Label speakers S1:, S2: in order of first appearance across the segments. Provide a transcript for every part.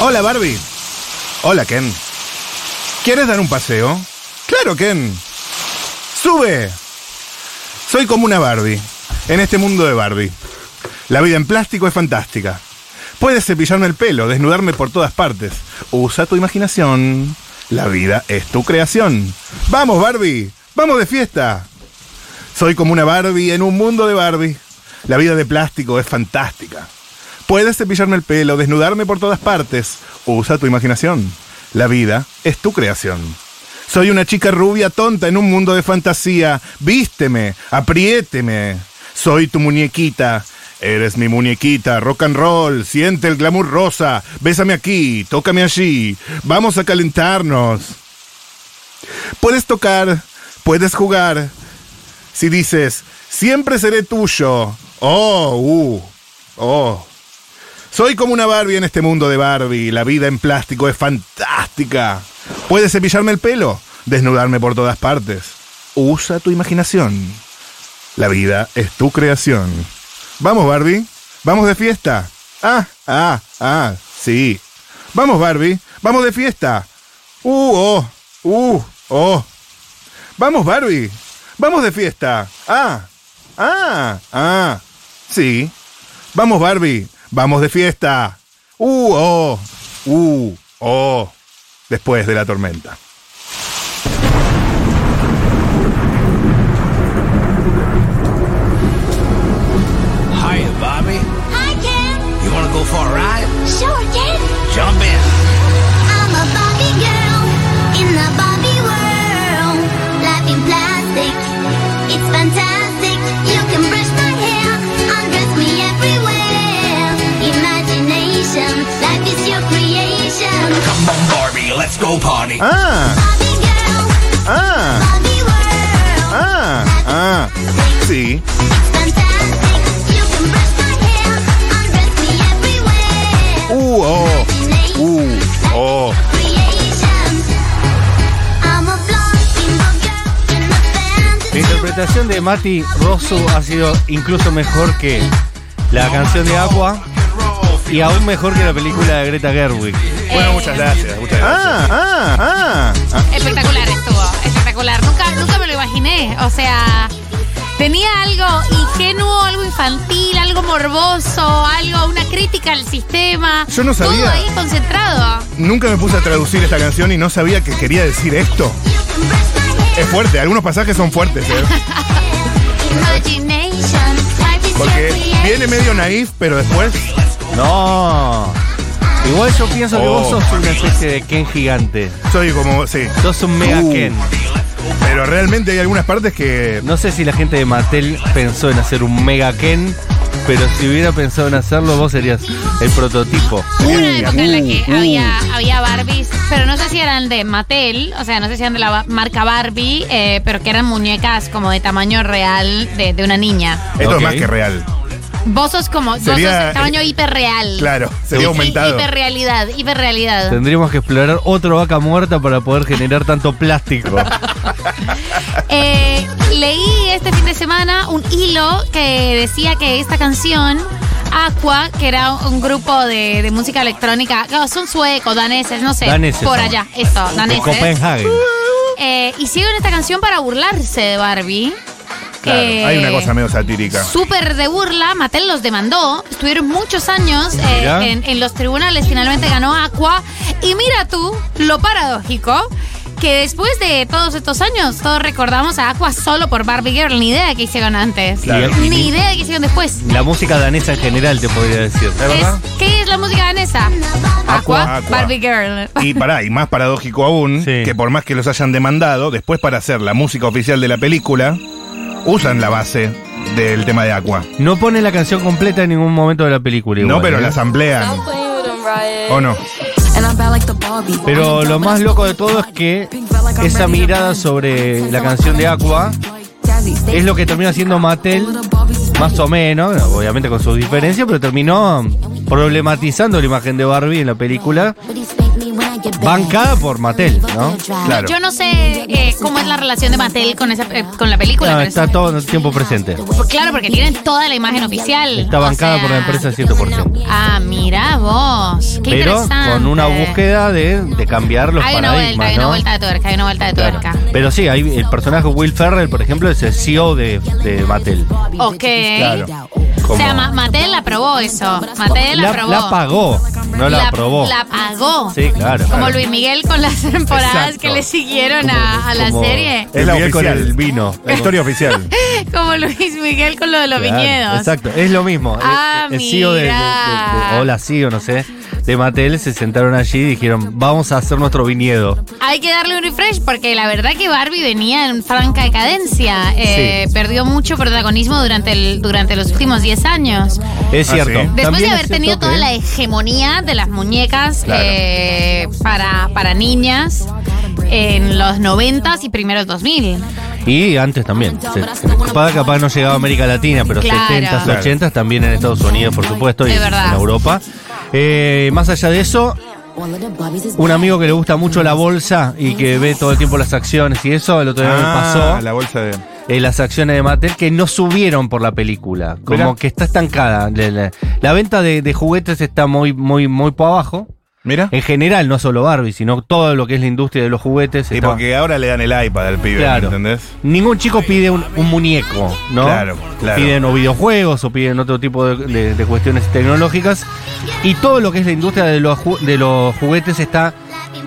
S1: Hola Barbie. Hola Ken. ¿Quieres dar un paseo? Claro Ken. Sube. Soy como una Barbie, en este mundo de Barbie. La vida en plástico es fantástica. Puedes cepillarme el pelo, desnudarme por todas partes. Usa tu imaginación. La vida es tu creación. Vamos Barbie, vamos de fiesta. Soy como una Barbie en un mundo de Barbie. La vida de plástico es fantástica. Puedes cepillarme el pelo, desnudarme por todas partes. Usa tu imaginación. La vida es tu creación. Soy una chica rubia tonta en un mundo de fantasía. Vísteme, apriéteme. Soy tu muñequita. Eres mi muñequita, rock and roll, siente el glamour rosa, bésame aquí, tócame allí, vamos a calentarnos. Puedes tocar, puedes jugar, si dices, siempre seré tuyo. Oh, uh, oh. Soy como una Barbie en este mundo de Barbie. La vida en plástico es fantástica. Puedes cepillarme el pelo, desnudarme por todas partes. Usa tu imaginación. La vida es tu creación. Vamos, Barbie. Vamos de fiesta. Ah, ah, ah, sí. Vamos, Barbie. Vamos de fiesta. Uh, oh, uh, oh. Vamos, Barbie. Vamos de fiesta. Ah, ah, ah. Sí. Vamos, Barbie. Vamos de fiesta. Uh, oh, uh, oh. Después de la tormenta.
S2: Hi, Bobby.
S3: Hi, Ken.
S2: You wanna go for a ride?
S3: Sure, Ken.
S2: Jump in.
S3: I'm a Bobby girl in the Bobby world. Life in plastic, it's fantastic. You can brush my hair, undress me everywhere. Imagination, life is your creation.
S2: Come on, Barbie, let's go party.
S1: Ah,
S3: Bobby girl,
S1: ah,
S3: Bobby world.
S1: ah, ah. Sí.
S3: It's fantastic. You can brush my hair, undress me everywhere.
S1: Uh, oh, uh, oh.
S3: Creation. I'm a blonde single girl in the fantasy.
S4: La interpretación de Mati Rosso ha sido incluso mejor que la canción de Aqua y aún mejor que la película de Greta Gerwig.
S5: Bueno, muchas gracias. Muchas
S1: Ah, ah, ah.
S5: Espectacular estuvo, espectacular. Nunca, nunca me lo imaginé. O sea, tenía algo ingenuo, algo infantil, algo morboso, algo, una crítica al sistema.
S1: Yo no
S5: Todo
S1: sabía.
S5: ahí concentrado.
S1: Nunca me puse a traducir esta canción y no sabía que quería decir esto. Es fuerte, algunos pasajes son fuertes, ¿eh?
S3: Imagination, life is
S1: Porque
S3: your creation.
S1: viene medio naif, pero después.
S4: No. Igual yo pienso que
S1: Oh.
S4: vos sos una especie de Ken gigante.
S1: Soy como, sí.
S4: Sos un mega
S1: Uh.
S4: Ken.
S1: Pero realmente hay algunas partes que.
S4: No sé si la gente de Mattel pensó en hacer un mega Ken, pero si hubiera pensado en hacerlo, vos serías el prototipo.
S5: Hubo una época en la que
S1: uh, uh.
S5: había, había Barbies, pero no sé si eran de Mattel, o sea, no sé si eran de la ba- marca Barbie, eh, pero que eran muñecas como de tamaño real de, de una niña.
S1: Esto
S4: Ok.
S1: es más que real.
S5: Vos sos como, vos
S1: Sería,
S5: sos de tamaño
S1: eh,
S5: hiperreal.
S1: Claro, sería
S5: Sí,
S1: aumentado.
S5: Hiperrealidad, hiperrealidad.
S4: Tendríamos que explorar otra vaca muerta para poder generar tanto plástico.
S5: Eh, leí este fin de semana un hilo que decía que esta canción, Aqua, que era un grupo de, de música electrónica, no, son suecos, daneses, no sé,
S4: Daneses
S5: por
S4: son.
S5: allá, eso,
S4: De
S5: daneses.
S4: Copenhagen.
S5: Eh, hicieron esta canción para burlarse de Barbie.
S1: Claro,
S5: Eh,
S1: hay una cosa medio satírica.
S5: Súper de burla, Mattel los demandó, estuvieron muchos años eh,
S4: Mira.
S5: en, en los tribunales, finalmente ganó Aqua. Y mira tú lo paradójico, que después de todos estos años todos recordamos a Aqua solo por Barbie Girl, ni idea de qué hicieron antes,
S4: Claro. Y
S5: ni
S4: ni-
S5: idea de qué hicieron después.
S4: La música danesa en general, te podría decir.
S5: Es- ¿Qué es la música danesa?
S1: Aqua. Aqua.
S5: Barbie Girl.
S1: Y pará, y más paradójico aún,
S4: Sí.
S1: que por más que los hayan demandado, después para hacer la música oficial de la película, usan la base del tema de Aqua.
S4: No pone la canción completa en ningún momento de la película. igual,
S1: no, pero
S4: ¿eh?
S1: las amplían. ¿O no?
S4: Oh. Pero lo más loco de todo es que esa mirada sobre la canción de Aqua es lo que termina haciendo Mattel, más o menos, obviamente con sus diferencias, pero terminó problematizando la imagen de Barbie en la película bancada por Mattel, ¿no?
S1: Claro.
S5: Yo no sé eh, cómo es la relación de Mattel con, esa, eh, con la película.
S4: No,
S5: pero
S4: está
S5: es-
S4: todo en el tiempo presente.
S5: Pues claro, porque tienen toda la imagen oficial.
S4: Está
S5: O
S4: bancada
S5: sea,
S4: por la empresa 100%.
S5: Ah, mira vos. Qué
S4: Pero
S5: interesante.
S4: con una búsqueda de, de cambiar los
S5: Hay una vuelta,
S4: paradigmas,
S5: hay una
S4: ¿no?
S5: vuelta de tuerca, hay una vuelta de
S4: Claro.
S5: tuerca.
S4: Pero sí, hay, el personaje Will Ferrell, por ejemplo, es el CEO de, de Mattel.
S5: Ok.
S4: Claro.
S5: O sea,
S4: Como-
S5: Ma- Mattel aprobó eso. Mattel
S4: la,
S5: aprobó.
S4: la pagó, no la, aprobó.
S5: La pagó.
S4: Sí, claro.
S5: Como
S4: claro.
S5: Luis Miguel con las temporadas
S4: Exacto.
S5: que le siguieron a, a la
S4: Como
S5: serie.
S1: Es
S4: El
S1: la
S4: Miguel con
S1: oficial.
S4: el vino.
S1: La historia oficial.
S5: Como Luis Miguel con lo de los
S4: Claro,
S5: viñedos.
S4: Exacto, es lo mismo. El-
S5: Ah,
S4: el, CEO de, de- de-
S5: mirá.
S4: de- o la CEO, no sé, de Mattel se sentaron allí y dijeron, vamos a hacer nuestro viñedo.
S5: Hay que darle un refresh porque la verdad que Barbie venía en franca decadencia. Eh, Perdió mucho protagonismo durante, el, durante los últimos 10 años.
S4: Es
S1: Ah,
S4: cierto.
S1: ¿sí?
S5: Después
S4: También
S5: de
S4: es
S5: haber
S4: cierto
S5: tenido
S4: que-
S5: toda la hegemonía de las muñecas
S1: Claro.
S5: eh, para, para niñas en los 90s y primeros 2000.
S4: Y antes también. Se- capaz, capaz no llegaba a América Latina, pero
S5: Claro.
S4: 70s,
S1: Claro.
S4: 80s, también en Estados Unidos, por supuesto, y
S5: Es
S4: en
S5: verdad.
S4: Europa. Eh, más allá de eso, un amigo que le gusta mucho la bolsa y que ve todo el tiempo las acciones y eso, el otro día me pasó.
S1: Ah, La bolsa de.
S4: eh, las acciones de Mattel que no subieron por la película. Como
S1: Mirá.
S4: que está estancada. La, la- la venta de, de juguetes está muy, muy, muy por abajo.
S1: Mira.
S4: En general, no solo Barbie, sino todo lo que es la industria de los juguetes.
S1: Y
S4: está-
S1: porque ahora le dan el iPad al pibe,
S4: Claro.
S1: ¿entendés?
S4: Ningún chico pide un, un muñeco, ¿no?
S1: Claro, claro.
S4: Piden o videojuegos o piden otro tipo de, de- de cuestiones tecnológicas. Y todo lo que es la industria de los, ju- de los juguetes está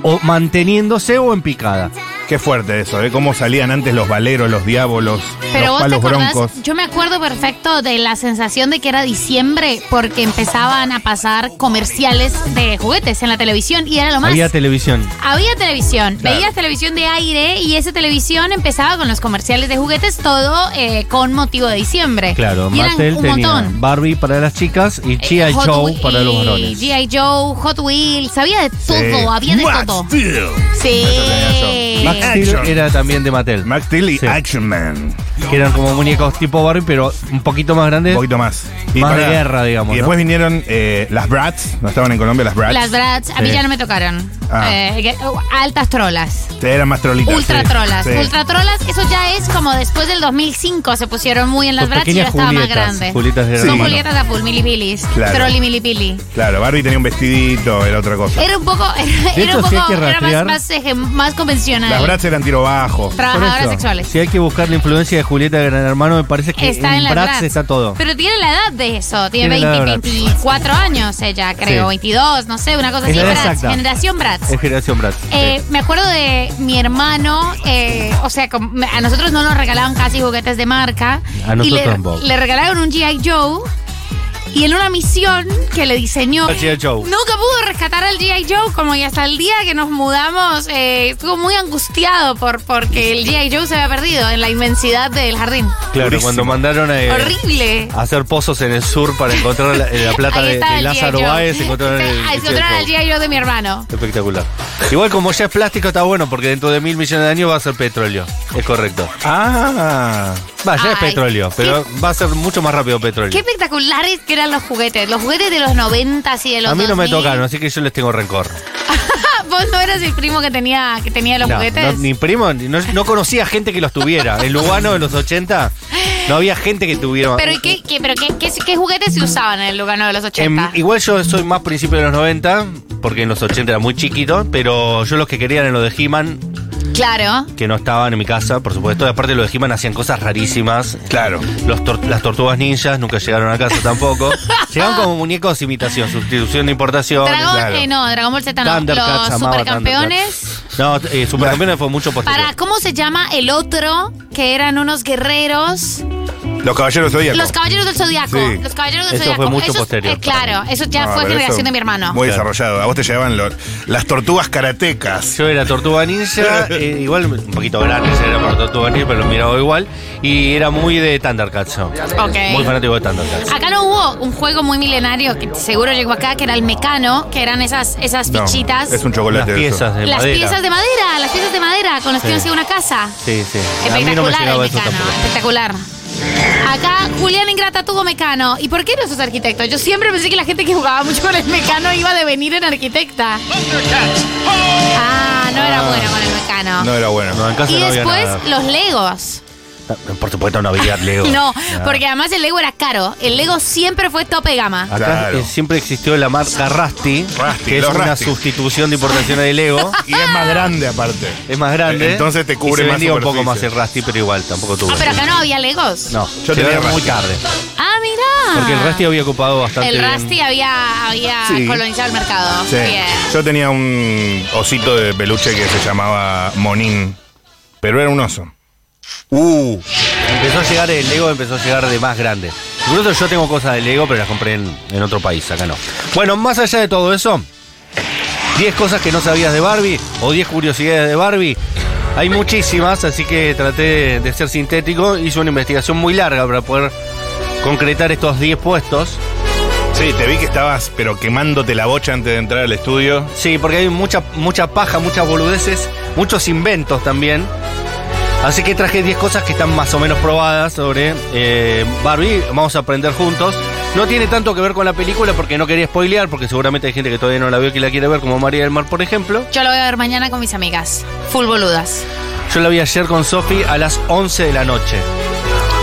S4: o manteniéndose o en picada.
S1: Qué fuerte eso, ¿eh? Cómo salían antes los valeros, los diábolos,
S5: Pero
S1: los
S5: vos te
S1: palos
S5: acordás,
S1: broncos.
S5: yo me acuerdo perfecto de la sensación de que era diciembre porque empezaban a pasar comerciales de juguetes en la televisión y era lo más.
S4: Había televisión.
S5: Había televisión,
S1: Claro.
S5: veías televisión de aire y esa televisión empezaba con los comerciales de juguetes, todo eh, con motivo de diciembre.
S4: Claro,
S5: y eran
S4: Mattel
S5: un
S4: tenía
S5: montón.
S4: Barbie para las chicas y G.I.
S5: Eh, Hot
S4: Joe
S5: Whe-
S4: para los
S5: y
S4: varones.
S5: G.I. Joe, Hot Wheels, había de todo, había de
S1: Max
S5: todo.
S1: Steel.
S5: Sí.
S4: Max Steel
S1: Action.
S4: era también de Mattel.
S1: Max Steel y
S4: Sí.
S1: Action Man.
S4: Que eran como muñecos tipo Barbie, pero un poquito más
S1: Un
S4: grandes.
S1: poquito más.
S4: Más de guerra, digamos,
S1: Y
S4: ¿no?
S1: después vinieron eh, las Brats. No estaban en Colombia las Brats.
S5: Las Brats, a mí
S4: Sí.
S5: ya no me tocaron.
S1: Ah.
S5: Eh, que- uh, altas trolas.
S1: Eran más trolitas.
S5: Ultra
S1: sí.
S5: trolas.
S1: Sí.
S5: Ultra trolas, eso ya es como después del 2005 se pusieron muy en las
S4: Son
S5: Brats y yo
S4: pequeñas
S5: estaba más
S4: Julietas.
S5: grande.
S4: Julietas de
S1: Sí.
S5: Son
S1: Bueno.
S5: Julietas a full, milipilis.
S1: Claro.
S5: Trolli milipili.
S1: Claro, Barbie tenía un vestidito, era otra cosa.
S5: Era un poco, era,
S4: De
S5: era un
S4: hecho, sí hay
S5: poco,
S4: que
S5: era más,
S4: rastrear.
S5: más, eje- más
S1: Las
S5: convencional.
S1: Brats eran tiro bajo.
S4: Por
S5: Trabajadoras
S4: eso,
S5: sexuales.
S4: Si hay que buscar la influencia de Julieta de Gran Hermano, me parece que
S5: Está en
S4: en
S5: las
S4: Bratz
S5: Bratz.
S4: está todo.
S5: Pero tiene la edad de eso. Tiene,
S4: Tiene la
S5: 20,
S4: edad de Bratz.
S5: 24 años ella, creo.
S4: Sí.
S5: 22, no sé, una cosa
S4: Es
S5: así.
S4: la edad
S5: Bratz,
S4: exacta.
S5: Generación Bratz.
S4: Es generación Bratz. sí.
S5: Eh, me acuerdo de mi hermano, eh, o sea, com- me- a nosotros no nos regalaban casi juguetes de marca.
S4: A nosotros
S5: y le,
S4: tampoco.
S5: Le regalaron un G.I. Joe y en una misión que le diseñó.
S4: El G.I. Joe.
S5: Nunca pudo rescatar al G.I. Joe, como y hasta el día que nos mudamos eh, estuvo muy angustiado por porque el G.I. Joe se había perdido en la inmensidad del jardín.
S4: claro,
S1: durísimo.
S4: cuando mandaron a, eh,
S5: Horrible.
S4: a hacer pozos en el sur para encontrar la, eh, la plata
S5: Ahí
S4: de,
S5: estaba
S4: de
S5: el
S4: Lázaro
S5: G.I. Joe.
S4: Báez, encontraron el,
S5: Ahí
S4: G.I.
S5: Ah, encontraron al
S4: Joe.
S5: G.I. Joe de mi hermano.
S4: Espectacular. Igual como ya es plástico está bueno porque dentro de mil millones de años va a ser petróleo. Es correcto.
S1: Ah.
S4: Va, ya es
S5: Ay,
S4: petróleo, pero va a ser mucho más rápido petróleo.
S5: Qué espectaculares que eran los juguetes. Los juguetes de los 90 y de los
S4: a mí no me
S5: 2000.
S4: tocaron, así que yo les tengo rencor.
S5: Vos no eras el primo que tenía, que tenía los
S4: No,
S5: juguetes.
S4: no, ni primo, ni- no, no conocía gente que los tuviera. En Lugano en los 80 no había gente que tuviera.
S5: Pero, ¿y ¿qué, qué, pero qué, qué- qué juguetes se usaban en el Lugano de los
S4: Em,
S5: 80?
S4: igual yo soy más principio de los 90, porque en los 80 era muy chiquito, pero yo los que quería eran los de He-Man,
S5: claro.
S4: que no estaban en mi casa, por supuesto. Y aparte los de He-Man hacían cosas rarísimas.
S1: Claro.
S4: Los tor- las tortugas ninjas nunca llegaron a casa tampoco. Llegaban como muñecos de imitación, sustitución de importación.
S5: Dragon,
S1: claro.
S5: eh, no, Dragon Ball Z no.
S4: Thundercats,
S5: los
S4: amaba
S5: supercampeones.
S4: Thundercats. No, eh, supercampeones fue mucho posterior.
S5: Para, ¿cómo se llama el otro? Que eran unos guerreros.
S1: Los caballeros zodíacos.
S5: Los caballeros del zodiaco.
S1: Sí.
S5: Los caballeros del
S4: Eso
S5: zodiaco.
S4: fue mucho
S5: Esos-
S4: posterior.
S5: eh, claro, eso ya
S1: No,
S5: fue
S1: pero
S5: generación
S1: Ah, eso
S5: de mi hermano.
S1: Muy
S4: Claro.
S1: desarrollado. A vos te llevaban los- las tortugas karatecas.
S4: Yo era Tortuga Ninja, eh, igual un poquito grande ya era para Tortuga Ninja, pero lo miraba igual. Y era muy de Thundercats, yo.
S5: Ok.
S4: Muy fanático de Thundercats.
S5: Acá no hubo un juego muy milenario que seguro llegó acá, que era el mecano, que eran esas, esas
S1: No,
S5: fichitas.
S1: es un chocolate. eso.
S4: Las piezas de
S5: las
S4: madera.
S5: piezas de madera, las piezas de madera con las que uno hacía una casa.
S4: Sí, sí. A mí no me
S5: Espectacular el
S4: llegaba eso
S5: mecano,
S4: tampoco.
S5: espectacular. Acá Julián Ingrata tuvo mecano. ¿Y por qué no sos arquitecto? Yo siempre pensé que la gente que jugaba mucho con el mecano iba a devenir en arquitecta. Ah, no era bueno con el mecano.
S1: No era bueno.
S4: No, en casa
S5: y
S4: no había
S5: después
S4: nada.
S5: los Legos.
S4: No, Por supuesto no había Lego.
S5: No,
S4: Nada.
S5: porque además el Lego era caro. El Lego siempre fue tope gama.
S4: Acá
S1: Claro.
S4: eh, siempre existió la marca Rusty,
S1: Rusty,
S4: que es
S1: los
S4: una
S1: Rusty.
S4: sustitución de importación de Lego.
S1: Y es más grande aparte. E,
S4: Es más grande.
S1: Entonces te cubre
S4: y se
S1: más
S4: vendía un poco más
S1: superficie.
S4: el Rusty, pero igual tampoco tuvo.
S5: Ah, pero acá no había Legos.
S4: No,
S1: Yo tenía
S4: llegaron muy
S1: Rusty.
S4: tarde.
S5: Ah, mirá.
S4: Porque el Rusty había ocupado bastante
S5: El
S4: bien.
S5: Rusty había, había
S1: Sí.
S5: colonizado el mercado.
S1: Sí.
S5: Bien.
S1: Yo tenía un osito de peluche que se llamaba Monín, pero era un oso. Uh,
S4: Empezó a llegar el Lego, empezó a llegar de más grande. Incluso yo tengo cosas de Lego, pero las compré en, en otro país, acá no. Bueno, más allá de todo eso, 10 cosas que no sabías de Barbie o 10 curiosidades de Barbie. Hay muchísimas, así que traté de, de ser sintético. Hice una investigación muy larga para poder concretar estos 10 puestos.
S1: sí, te vi que estabas pero quemándote la bocha antes de entrar al estudio.
S4: Sí, porque hay mucha, mucha paja, muchas boludeces, muchos inventos también. Así que traje 10 cosas que están más o menos probadas sobre eh, Barbie. Vamos a aprender juntos. No tiene tanto que ver con la película porque no quería spoilear, porque seguramente hay gente que todavía no la vio y que la quiere ver, como María del Mar, por ejemplo.
S5: Yo lo voy a ver mañana con mis amigas. Full boludas.
S4: Yo la vi ayer con Sofi a las 11 de la noche.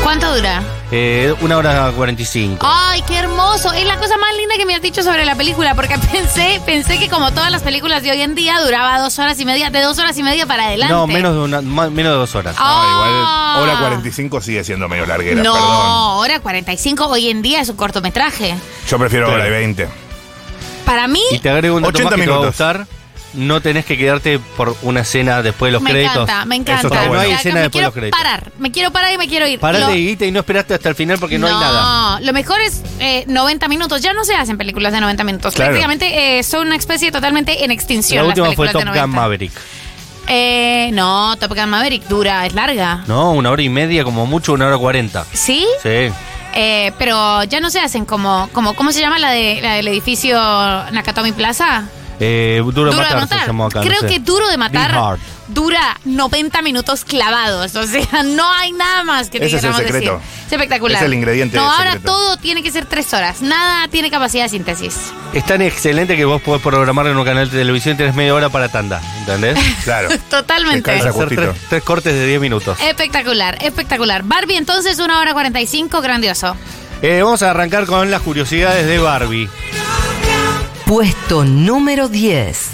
S5: ¿Cuánto dura?
S4: Eh, una hora 45.
S5: Ay, qué hermoso. Es la cosa más linda que me has dicho sobre la película, porque pensé, pensé que como todas las películas de hoy en día duraba dos horas y media, de dos horas y media para adelante.
S4: No, menos de, una, ma- menos de dos horas.
S5: Ah.
S1: No, igual hora 45 sigue siendo medio larguera,
S5: No,
S1: perdón.
S5: hora 45 hoy en día es un cortometraje.
S1: Yo prefiero
S4: Claro.
S1: hora y 20.
S5: Para mí,
S4: Y te agrego un dato
S1: 80
S4: más que te va a
S1: minutos.
S4: gustar. No tenés que quedarte por una escena después de los
S5: me
S4: créditos.
S5: encanta, me
S1: está
S5: encanta.
S1: bueno. No hay
S5: O sea,
S4: escena después
S5: me
S4: de los
S5: quiero
S4: créditos.
S5: parar, me quiero parar y me quiero ir.
S4: Parate
S5: Lo-
S4: y guita y no esperaste hasta el final porque no, hay nada.
S5: lo mejor es eh, 90 minutos. Ya no se hacen películas de 90 minutos.
S1: Claro.
S5: Prácticamente eh, son una especie totalmente en extinción.
S4: La
S5: las
S4: última fue
S5: películas
S4: Top
S5: de
S4: Gun
S5: 90.
S4: Maverick.
S5: Eh, no, Top Gun Maverick dura, es larga.
S4: No, una hora y media, como mucho, una hora cuarenta.
S5: ¿Sí?
S4: Sí.
S5: Eh, pero ya no se hacen como, como ¿cómo se llama la, de, la del edificio Nakatomi Plaza?
S4: Eh, duro, de matar, se llamó acá. no
S5: Creo
S4: sé.
S5: que Duro de Matar
S4: Be Hard.
S5: dura 90 minutos clavados. O sea, no hay nada más que te
S1: Ese es el
S5: queramos decir.
S1: secreto.
S5: Es espectacular.
S1: Es el ingrediente
S5: No, ahora
S1: secreto.
S5: todo tiene que ser tres horas. Nada tiene capacidad de síntesis.
S4: Es tan excelente que vos podés programar en un canal de televisión y tenés media hora para tanda. ¿Entendés?
S1: Claro.
S5: Totalmente.
S1: Descansa. Esa
S4: Para hacer
S1: justito.
S4: tres, tres cortes de 10
S5: Eh.
S4: minutos.
S5: Espectacular, espectacular. Barbie entonces, una hora 45, grandioso.
S4: Eh, vamos a arrancar con las curiosidades de Barbie.
S6: Puesto número 10.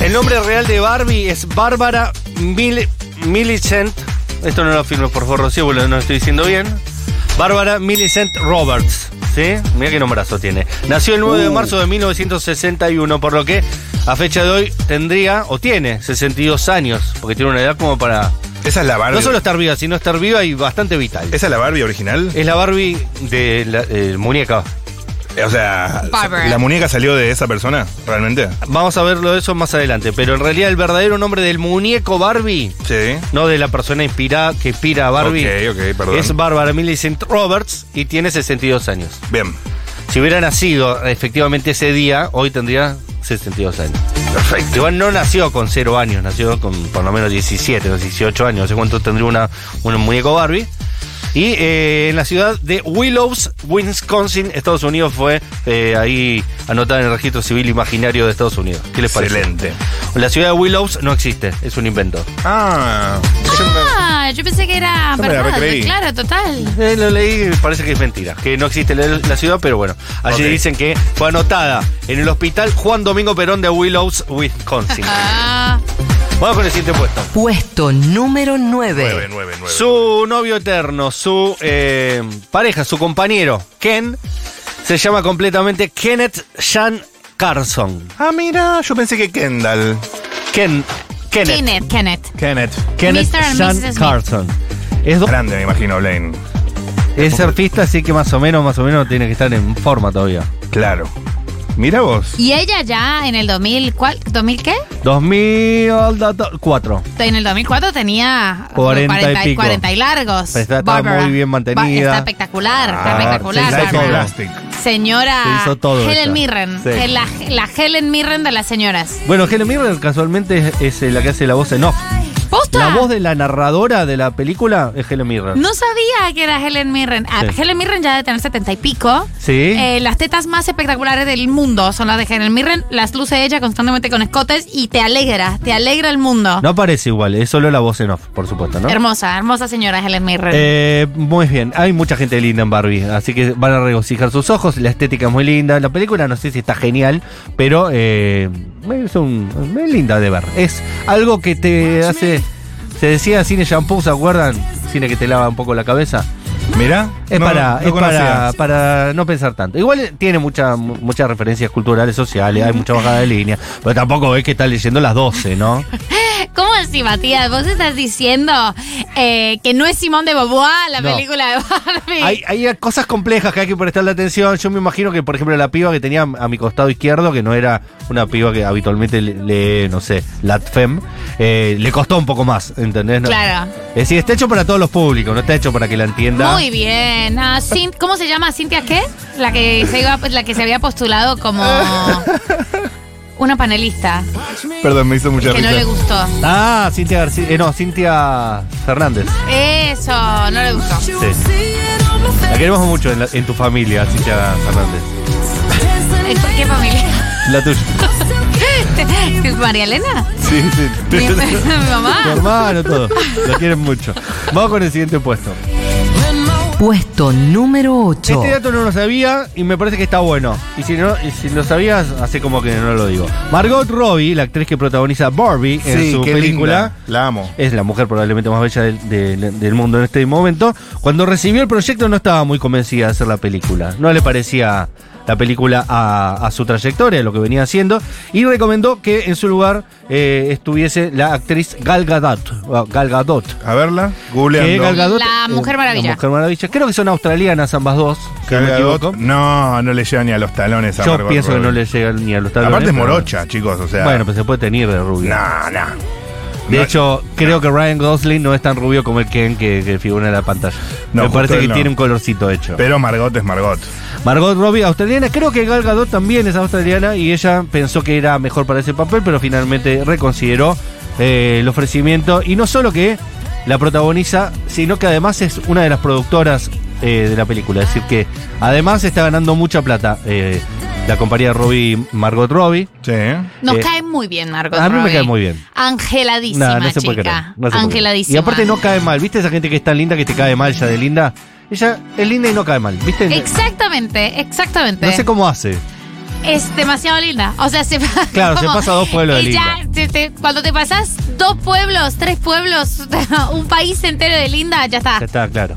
S4: El nombre real de Barbie es Bárbara Mil- Millicent. Esto no lo firmo por favor, Rocío, porque no lo estoy diciendo bien. Bárbara Millicent Roberts. ¿Sí? Mira qué nombrazo tiene. Nació el 9 de marzo de 1961, por lo que a fecha de hoy tendría o tiene 62 años, porque tiene una edad como para
S1: Esa es la Barbie.
S4: no solo estar viva, sino estar viva y bastante vital. Es,
S1: ¿Esa es la Barbie original?
S4: la Barbie de la eh, muñeca.
S1: Eh, o sea,
S5: Barbara.
S1: ¿la muñeca salió de esa persona? ¿Realmente?
S4: Vamos a verlo de eso más adelante, pero en realidad el verdadero nombre del muñeco Barbie
S1: Sí.
S4: no de la persona inspirada que inspira a Barbie.
S1: Ok, ok, perdón.
S4: Es Bárbara Millicent Roberts y tiene 62 años.
S1: Bien.
S4: Si hubiera nacido efectivamente ese día, hoy tendría 62 años.
S1: Perfecto.
S4: Igual no nació con 0 años, nació con por lo menos 17 o 18 años, no sé cuánto tendría una, un muñeco Barbie. Y eh, en la ciudad de Willows, Wisconsin, Estados Unidos, fue eh, ahí anotada en el registro civil imaginario de Estados Unidos. ¿Qué les parece?
S1: Excelente.
S4: La ciudad de Willows no existe, es un invento.
S1: Ah.
S5: Ah, yo pensé que era
S1: Yo me la
S5: verdad.
S1: recreí.
S5: Claro, total.
S4: Eh, lo leí, parece que es mentira, que no existe la, la ciudad, pero bueno. Allí
S1: Ok.
S4: dicen que fue anotada en el hospital Juan Domingo Perón de Willows, Wisconsin.
S5: Ah,
S4: Vamos con el siguiente puesto.
S6: Puesto número 9.
S1: 999.
S4: Su novio eterno, su eh, pareja, su compañero, Ken, se llama completamente Kenneth Sean Carson.
S1: Ah, mira, yo pensé que Kendall.
S4: Ken, Kenneth.
S5: Kenneth, Kenneth.
S1: Kenneth.
S4: Kenneth
S5: Mr. and
S4: Sean
S5: Mrs. Smith.
S4: Carson. Es, do-
S1: Grande, me imagino, Blaine.
S4: es artista, así que más o menos, más o menos tiene que estar en forma todavía.
S1: Claro. Mira vos.
S5: Y ella ya en el 2000, ¿cuál? ¿2000 qué?
S4: 2004.
S5: En el 2004 tenía
S4: 40 y pico.
S5: 40 y largos.
S4: Pero está- está
S5: Barbara.
S4: muy bien mantenida.
S5: Está espectacular, está
S1: Ah,
S5: espectacular.
S4: se hizo
S5: Barbara.
S4: todo.
S1: Plastic.
S5: Señora
S4: Se hizo todo
S5: Helen
S4: ella.
S5: Mirren,
S4: Sí.
S5: eh, la, la Helen Mirren de las señoras.
S4: Bueno, Helen Mirren casualmente es, es, eh, la que hace la voz en off.
S5: ¿Vos gusta.
S4: La voz de la narradora de la película es Helen Mirren.
S5: No sabía que era Helen Mirren. Ah,
S4: Sí.
S5: Helen Mirren ya debe tener setenta y pico.
S4: Sí.
S5: Eh, las tetas más espectaculares del mundo son las de Helen Mirren. Las luce ella constantemente con escotes y te alegra, te alegra el mundo.
S4: No aparece igual, es solo la voz en off, por supuesto, ¿no?
S5: Hermosa, hermosa señora Helen Mirren.
S4: Eh, muy bien, hay mucha gente linda en Barbie, así que van a regocijar sus ojos, la estética es muy linda, la película no sé si está genial, pero eh, es, un, es linda de ver, es algo que te hace, se decía cine shampoo, ¿se acuerdan? Cine que te lava un poco la cabeza.
S1: Mirá.
S4: Es,
S1: no-
S4: para,
S1: no
S4: es
S1: conocía.
S4: para, para no pensar tanto. Igual eh, tiene mucha, mu- muchas referencias culturales, sociales, hay mucha bajada de línea, pero tampoco es que está leyendo las 12, ¿no?
S5: ¿Cómo así, Matías? ¿Vos estás diciendo eh, que no es Simón de Beauvoir la
S4: No.
S5: película de Barbie?
S4: Hay, hay cosas complejas que hay que prestarle atención. Yo me imagino que, por ejemplo, la piba que tenía a mi costado izquierdo, que no era una piba que habitualmente le- lee, no sé, Latfem, eh, le costó un poco más, ¿entendés? No-
S5: Claro.
S4: Es decir, está hecho para todos los públicos, no está hecho para que la entienda.
S5: Muy bien. Ah, Cin- ¿Cómo se llama? ¿Cintia qué? La que se, iba, pues, la que se había postulado como una panelista
S1: Perdón, me hizo mucha
S5: que
S1: risa.
S5: no le gustó.
S4: Ah, Cintia García. eh, no, Cintia Fernández.
S5: Eso, no le gustó.
S4: Sí. La queremos mucho en, la- en tu familia, Cintia Fernández.
S5: ¿En qué familia?
S4: La tuya.
S5: ¿María Elena?
S1: Sí, sí.
S5: ¿Mi, mi
S4: Tu
S5: mamá?
S4: hermano, todo. La quieren mucho. Vamos con el siguiente puesto.
S6: Puesto número 8.
S4: Este dato no lo sabía y me parece que está bueno. Y si no, y si lo sabías, hace como que no lo digo. Margot Robbie, la actriz que protagoniza Barbie en
S1: Sí,
S4: su
S1: qué
S4: película.
S1: linda. La amo.
S4: Es la mujer probablemente más bella del, del- del mundo en este momento. Cuando recibió el proyecto no estaba muy convencida de hacer la película. No le parecía la película a, a su trayectoria, a lo que venía haciendo. Y recomendó que en su lugar eh, estuviese la actriz Gal Gadot. Gal Gadot.
S1: A verla,
S4: Que
S1: googleando.
S4: Gal Gadot-
S5: La Mujer Maravilla.
S4: La Mujer Maravilla. Creo que son australianas ambas dos. si no me
S1: Gal Gadot-
S4: equivoco.
S1: No, no le llega ni a los talones a
S4: Yo
S1: Margot
S4: pienso que
S1: Robbie.
S4: no le llegan ni a los talones.
S1: Aparte es
S4: pero-
S1: morocha, chicos, o sea.
S4: Bueno, pues se puede tener de rubio.
S1: Nah, nah.
S4: de
S1: No,
S4: hecho, creo que Ryan Gosling no es tan rubio como el Ken que, que figura en la pantalla.
S1: No,
S4: Me
S1: justo
S4: parece
S1: él
S4: que
S1: no.
S4: tiene un colorcito hecho.
S1: Pero Margot es Margot.
S4: Margot Robbie, australiana. Creo que Gal Gadot también es australiana y ella pensó que era mejor para ese papel, pero finalmente reconsideró eh, el ofrecimiento. Y no solo que la protagoniza, sino que además es una de las productoras eh, de la película. Es decir, que además está ganando mucha plata eh, la compañía Robbie, Margot Robbie.
S1: Sí.
S5: Nos
S4: Eh,
S5: cae muy bien, Margot.
S4: a mí me
S5: Robbie.
S4: cae muy bien. Nah,
S5: Angeladísima,
S4: no se puede creer,
S5: chica.
S4: no se puede creer.
S5: Angeladísima.
S4: Y aparte no cae mal. ¿Viste esa gente que es tan linda que te cae mal ya de linda? Ella es linda y no cae mal. ¿Viste?
S5: Exactamente, exactamente.
S4: No sé cómo hace.
S5: Es demasiado linda. O sea, se
S4: Claro, se pasa dos pueblos de
S5: y ya,
S4: linda.
S5: te- te- cuando te pasas dos pueblos, tres pueblos, un país entero de linda, ya está.
S4: Ya está, claro.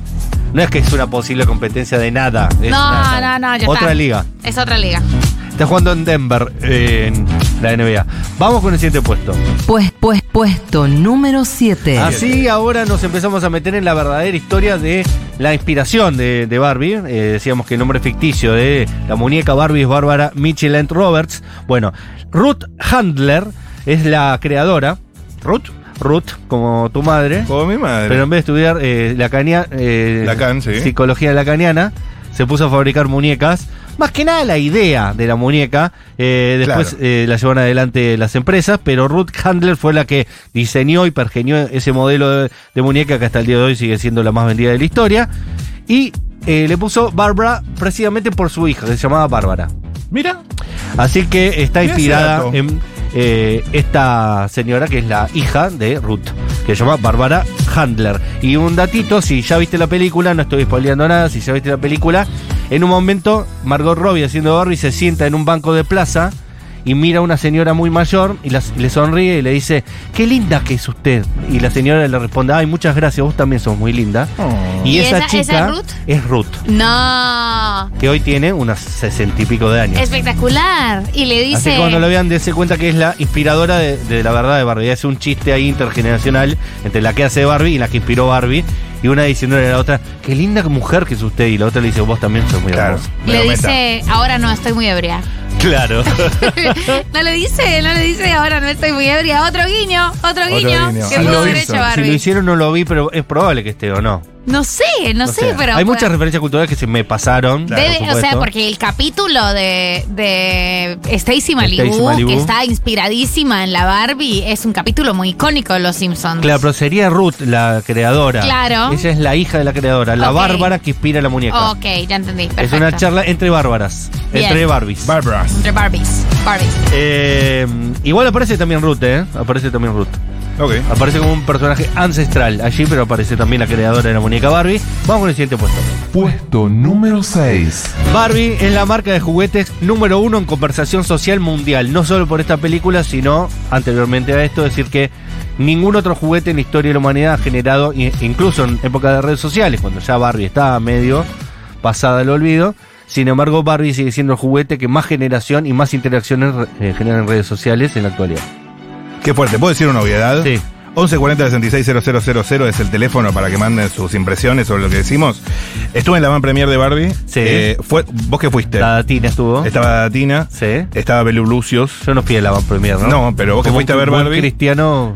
S4: No es que es una posible competencia de nada. es
S5: No,
S4: una-
S5: no, no, ya está.
S4: Otra liga.
S5: Es otra liga.
S4: Está jugando en Denver, eh, en la NBA. Vamos con el siguiente puesto.
S6: Pues, pues, puesto número 7.
S4: Así ahora nos empezamos a meter en la verdadera historia de la inspiración de, de Barbie. Eh, decíamos que el nombre ficticio de la muñeca Barbie es Bárbara Michelin Roberts. Bueno, Ruth Handler es la creadora. ¿Ruth? Ruth, como tu madre.
S1: Como mi madre.
S4: Pero en vez de estudiar eh, lacania- eh,
S1: Lacan, sí.
S4: psicología lacaniana, se puso a fabricar muñecas. Más que nada la idea de la muñeca. eh, después
S1: Claro.
S4: eh, la llevan adelante las empresas, pero Ruth Handler fue la que diseñó y pergenió ese modelo de, de muñeca que hasta el día de hoy sigue siendo la más vendida de la historia. Y eh, le puso Bárbara precisamente por su hija, que se llamaba Bárbara.
S1: Mira.
S4: Así que está
S1: Mirá ese
S4: inspirada
S1: dato.
S4: en eh, esta señora que es la hija de Ruth, que se llama Bárbara Handler. Y un datito, si ya viste la película, no estoy spoileando nada, si ya viste la película, en un momento Margot Robbie haciendo Barbie se sienta en un banco de plaza y mira a una señora muy mayor y las- le sonríe y le dice, qué linda que es usted. Y la señora le responde, ay, muchas gracias, vos también sos muy linda.
S1: Oh.
S4: Y,
S5: ¿Y
S4: esa,
S5: esa-
S4: chica
S5: esa es Ruth?
S4: es Ruth,
S5: No.
S4: que hoy tiene unas sesenta y pico de años.
S5: Espectacular. Y le
S4: Así
S5: dice.
S4: que cuando lo vean, dense cuenta que es la inspiradora de, de la verdad de Barbie. Es un chiste ahí intergeneracional entre la que hace Barbie y la que inspiró Barbie. Y una diciéndole a la otra, qué linda mujer que es usted. Y la otra le dice, vos también sos muy
S1: Claro.
S4: hermosa.
S5: le
S1: pero meta.
S5: dice, ahora no estoy muy ebria.
S4: Claro.
S5: no le dice, no le dice, ahora no estoy muy ebria. Otro guiño, otro guiño.
S1: guiño.
S5: Que
S1: A lo
S4: Ah,
S5: pudo haber
S1: Wilson.
S5: hecho
S4: si
S5: Barbie.
S4: lo hicieron, no lo vi, pero es probable que esté o no.
S5: No sé, no,
S4: O
S5: sé,
S4: sea,
S5: pero.
S4: Hay
S5: pues,
S4: muchas referencias culturales que se me pasaron.
S5: debe-
S4: por
S5: o sea,
S4: supuesto.
S5: porque el capítulo de, de Stacy Malibu,
S4: Malibu.
S5: que está inspiradísima en la Barbie, es un capítulo muy icónico de Los Simpsons.
S4: Claro, pero sería Ruth la creadora.
S5: Claro.
S4: Ella es la hija de la creadora, la
S5: Ok.
S4: Bárbara que inspira la muñeca.
S5: Ok, ya entendí.
S4: Es
S5: Perfecto.
S4: una charla entre bárbaras,
S5: Bien.
S4: entre Barbies.
S1: Bárbaras.
S5: Entre Barbies. Barbies.
S4: Eh, igual aparece también Ruth, ¿eh? Aparece también Ruth.
S1: Ok.
S4: Aparece como un personaje ancestral allí, pero aparece también la creadora de la muñeca Barbie. Vamos con el siguiente puesto.
S7: Puesto número 6.
S4: Barbie es la marca de juguetes número uno en conversación social mundial, no solo por esta película, sino anteriormente a esto, decir que ningún otro juguete en la historia de la humanidad ha generado, i- incluso en época de redes sociales, cuando ya Barbie estaba medio pasada al olvido, sin embargo Barbie sigue siendo el juguete que más generación y más interacciones eh, genera en redes sociales en la actualidad.
S1: Qué fuerte. ¿Puedo decir una obviedad?
S4: Sí.
S1: 1140-660000 es el teléfono para que manden sus impresiones sobre lo que decimos. Estuve en la van premier de Barbie.
S4: Sí.
S1: Eh, fue, ¿Vos qué fuiste?
S4: La Tina estuvo.
S1: Estaba Tina.
S4: Sí.
S1: Estaba Belu Lucius.
S4: Yo no fui a la van premier, ¿no?
S1: No, pero vos que
S4: Como
S1: fuiste a
S4: un
S1: ver
S4: buen
S1: Barbie.
S4: cristiano,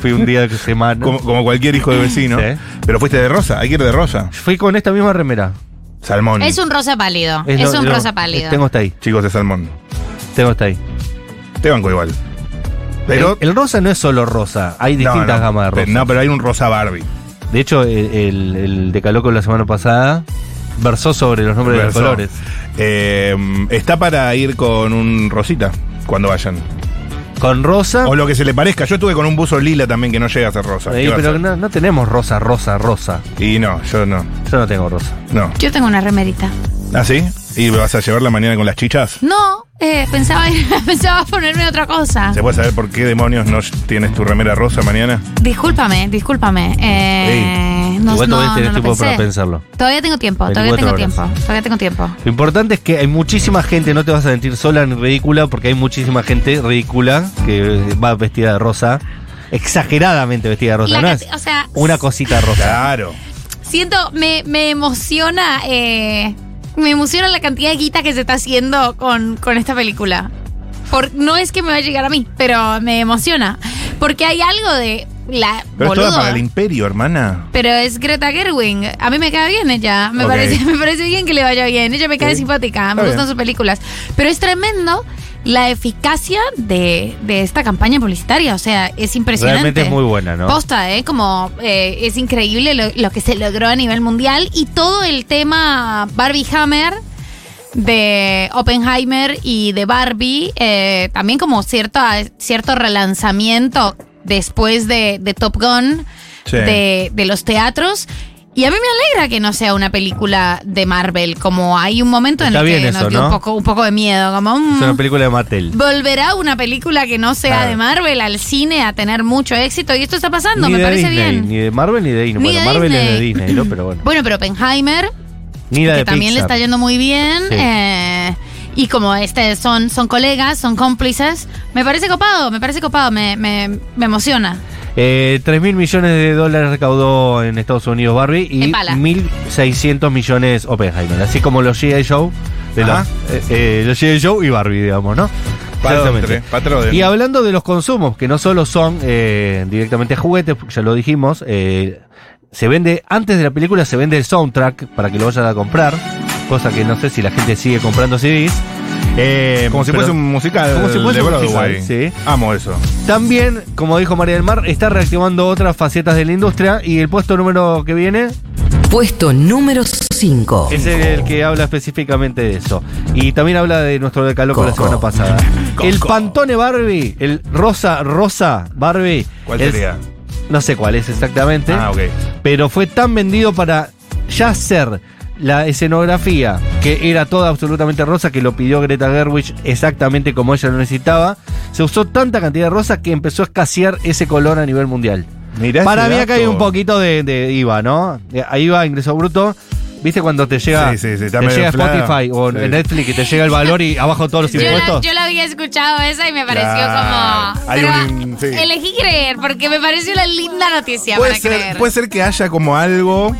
S4: fui un día de semana.
S1: Como, como cualquier hijo de vecino.
S4: Sí.
S1: Pero fuiste de rosa. Hay que ir de rosa.
S4: Fui con esta misma remera.
S1: Salmón.
S5: Es un rosa pálido. Es,
S4: Mm. lo-
S5: un
S4: lo- eh,
S5: rosa pálido.
S4: Tengo hasta ahí,
S1: Chicos de salmón.
S4: tengo hasta ahí.
S1: Te banco igual. Pero.
S4: el, el rosa no es solo rosa, hay
S1: No,
S4: distintas
S1: no.
S4: gamas de rosa.
S1: No, pero hay un rosa Barbie.
S4: De hecho, el, el, el de Caloco la semana pasada versó sobre los nombres
S1: Verso.
S4: de los colores.
S1: Eh, está para ir con un rosita cuando vayan.
S4: Con rosa,
S1: O lo que se le parezca. Yo estuve con un buzo lila también que no llega a ser rosa.
S4: eh,
S1: ¿Qué va a
S4: pero
S1: ser?
S4: no, no tenemos rosa, rosa, rosa.
S1: Y no, yo no.
S4: Yo no tengo rosa.
S1: No.
S5: Yo tengo una remerita.
S1: ¿Ah, sí? ¿Y vas a llevarla mañana con las chichas?
S5: No, eh, pensaba, pensaba ponerme otra cosa.
S1: ¿Se puede saber por qué demonios no tienes tu remera rosa mañana?
S5: Discúlpame, discúlpame. Eh, no,
S4: Igual
S5: no,
S4: todavía tenés
S5: no lo
S4: tiempo
S5: pensé.
S4: para pensarlo.
S5: Todavía tengo tiempo, todavía
S4: 24
S5: tengo
S4: horas.
S5: tiempo, todavía tengo tiempo.
S4: Lo importante es que hay muchísima gente, no te vas a sentir sola ni ridícula, porque hay muchísima gente ridícula que va vestida de rosa, exageradamente vestida de rosa.
S5: La
S4: no
S5: cati-
S4: es
S5: o sea,
S4: una cosita rosa.
S1: Claro.
S5: Siento, me, me emociona, eh, me emociona la cantidad de guita que se está haciendo con, con esta película. Por, no es que me va a llegar a mí, pero me emociona. Porque hay algo de la
S1: Pero es
S5: boludo.
S1: toda para el imperio, hermana.
S5: Pero es Greta Gerwig. A mí me cae bien ella. Me,
S1: Ok.
S5: parece, me parece bien que le vaya bien. Ella me cae
S1: Sí.
S5: simpática.
S1: Está
S5: Me gustan
S1: bien.
S5: sus películas. Pero es tremendo la eficacia de, de esta campaña publicitaria. O sea, es impresionante.
S4: Realmente es muy buena, ¿no?
S5: Posta, ¿eh? Como eh, es increíble lo, lo que se logró a nivel mundial y todo el tema Barbie Hammer de Oppenheimer y de Barbie, eh, también como cierto, cierto relanzamiento después de, de Top Gun,
S1: Sí.
S5: de, de los teatros. Y a mí me alegra que no sea una película de Marvel, como hay un momento
S4: Está
S5: en el
S4: bien
S5: que
S4: eso,
S5: nos dio
S4: ¿no?
S5: un, poco, un poco de miedo, como... mm,
S4: Es una película de Mattel.
S5: Volverá una película que no sea
S1: Claro.
S5: de Marvel al cine a tener mucho éxito y esto está pasando,
S4: ni
S5: me
S4: de
S5: parece
S4: Disney,
S5: bien.
S4: Ni de Marvel ni de Disney.
S5: Ni
S4: bueno,
S5: de
S4: Marvel es de
S5: Disney.
S4: Disney, ¿no? Pero bueno.
S5: Bueno, pero Oppenheimer,
S4: Ni la
S5: que
S4: de
S5: también le está
S4: Pixar.
S5: yendo muy bien.
S4: Sí.
S5: eh, y como este son, son colegas, son cómplices, me parece copado, me parece copado, me, me- me emociona.
S4: Eh, 3 mil millones de dólares recaudó en Estados Unidos Barbie y
S5: En pala.
S4: 1.600 millones Oppenheimer. Así como los G.I. Joe. De
S1: Ajá.
S4: los, eh, eh, los G.I. Joe y Barbie, digamos, ¿no?
S1: Patrode.
S4: Exactamente.
S1: ¿eh?
S4: Y hablando de los consumos, que no solo son eh, directamente juguetes, porque ya lo dijimos, eh, se vende, antes de la película se vende el soundtrack para que lo vayan a comprar, cosa que no sé si la gente sigue comprando CDs. Eh,
S1: Como si
S4: pero
S1: fuese un musical.
S4: como si fuese
S1: de
S4: un
S1: Broadway.
S4: musical, sí.
S1: Amo eso.
S4: También, como dijo María del Mar, está reactivando otras facetas de la industria y el puesto número que viene
S6: Puesto número 5.
S4: es el, el que habla específicamente de eso. Y también habla de nuestro decaloco la
S6: Coco.
S4: semana pasada. El Pantone Barbie, el rosa, rosa Barbie.
S1: ¿Cuál
S4: es-
S1: sería?
S4: No sé cuál es exactamente.
S1: Ah, ok.
S4: Pero fue tan vendido para ya ser la escenografía, que era toda absolutamente rosa, que lo pidió Greta Gerwig exactamente como ella lo necesitaba. Se usó tanta cantidad de rosa que empezó a escasear ese color a nivel mundial.
S1: Mirá
S4: Para
S1: ese
S4: mí acá hay
S1: dato.
S4: un poquito de, de IVA, ¿no? Eh, Ahí IVA, ingreso bruto. ¿Viste cuando te llega,
S1: Sí, sí, sí, está
S4: te
S1: medio
S4: llega
S1: inflada.
S4: Spotify o en
S1: Sí.
S4: Netflix y te llega el valor y abajo todos los
S5: Yo la,
S4: impuestos?
S5: yo la había escuchado esa y me pareció
S1: Claro.
S5: como...
S1: Hay
S5: pero
S1: un- sí.
S5: Elegí creer porque me pareció una linda noticia
S1: Puede
S5: para
S1: ser,
S5: creer.
S1: puede ser que haya como algo,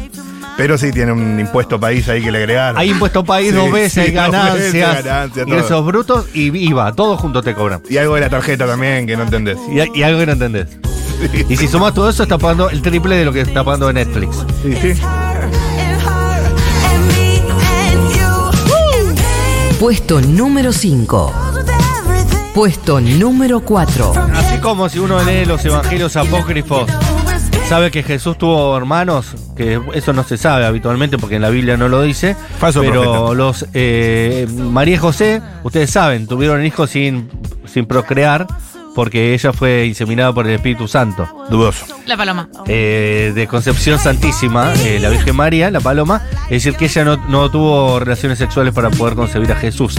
S1: pero sí tiene un impuesto país ahí que le agregaron.
S4: Hay impuesto país
S1: Sí,
S4: dos veces,
S1: sí,
S4: hay
S1: dos
S4: ganancias,
S1: veces, ganancias, todo.
S4: ingresos brutos y IVA. Todo junto te cobran.
S1: Y algo de la tarjeta también que no entendés.
S4: Y, y algo que no entendés. Y si sumas todo eso, está pagando el triple de lo que está pagando Netflix.
S1: Sí, sí.
S6: Puesto número 5. Puesto número 4.
S4: Así como si uno lee los evangelios apócrifos, sabe que Jesús tuvo hermanos, que eso no se sabe habitualmente porque en la Biblia no lo dice.
S1: Falso
S4: pero
S1: profeta.
S4: los eh, María y José, ustedes saben, tuvieron hijos sin, sin procrear porque ella fue inseminada por el Espíritu Santo.
S1: Dudoso.
S5: La paloma.
S4: eh, de Concepción Santísima, eh, la Virgen María, la Paloma, es decir, que ella no, no tuvo relaciones sexuales para poder concebir a Jesús.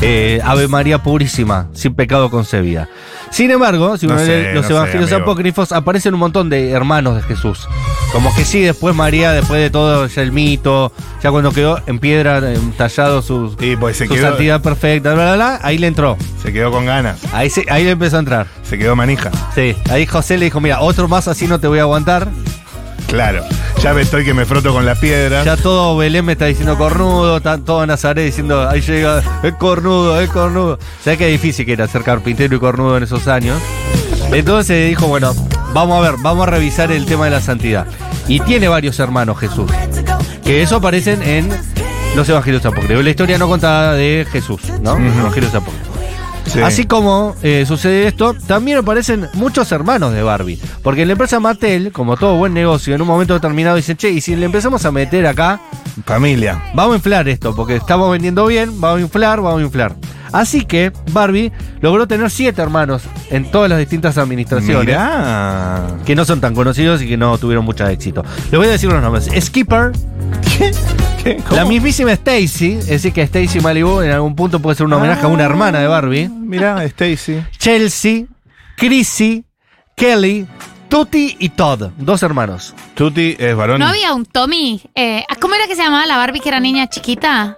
S4: Eh, Ave María purísima, sin pecado concebida. Sin embargo, si
S1: No
S4: uno
S1: sé,
S4: lee los
S1: no sé,
S4: evangelios
S1: amigo.
S4: apócrifos, aparecen un montón de hermanos de Jesús. Como que sí, después María, después de todo ya el mito, ya cuando quedó en piedra, em, tallado su,
S1: Y pues se
S4: su
S1: quedó-
S4: santidad perfecta, bla, bla, bla, ahí le entró.
S1: Se quedó con ganas.
S4: Ahí, se- ahí le empezó a entrar.
S1: Se quedó manija.
S4: Sí, ahí José le dijo, mira, otro más así no te voy a aguantar.
S1: Claro. Ya me estoy que me froto con las piedras.
S4: Ya todo Belén me está diciendo cornudo, está todo Nazaret diciendo, ahí llega, es cornudo, es cornudo. ¿Sabes qué difícil que era ser carpintero y cornudo en esos años? Entonces dijo, bueno, vamos a ver, vamos a revisar el tema de la santidad. Y tiene varios hermanos Jesús, que eso aparecen en los evangelios apócrifos, la historia no contada de Jesús, ¿no? Los evangelios apócrifos.
S1: Sí.
S4: Así como eh, sucede esto, también aparecen muchos hermanos de Barbie. Porque en la empresa Mattel, como todo buen negocio, en un momento determinado dicen, che, y si le empezamos a meter acá,
S1: Familia.
S4: vamos a inflar esto, porque estamos vendiendo bien, vamos a inflar, vamos a inflar. Así que Barbie logró tener siete hermanos en todas las distintas administraciones.
S1: Mirá.
S4: Que no son tan conocidos y que no tuvieron mucho éxito. Les voy a decir unos nombres. Skipper,
S1: ¿Qué? ¿Cómo?
S4: la mismísima Stacy, es decir, que Stacy Malibu en algún punto puede ser un homenaje a una hermana de Barbie.
S1: Mirá, Stacy.
S4: Chelsea, Chrissy, Kelly, Tutti y Todd, dos hermanos.
S1: Tuti es varón.
S5: ¿No había un Tommy? Eh, ¿Cómo era que se llamaba la Barbie que era niña chiquita?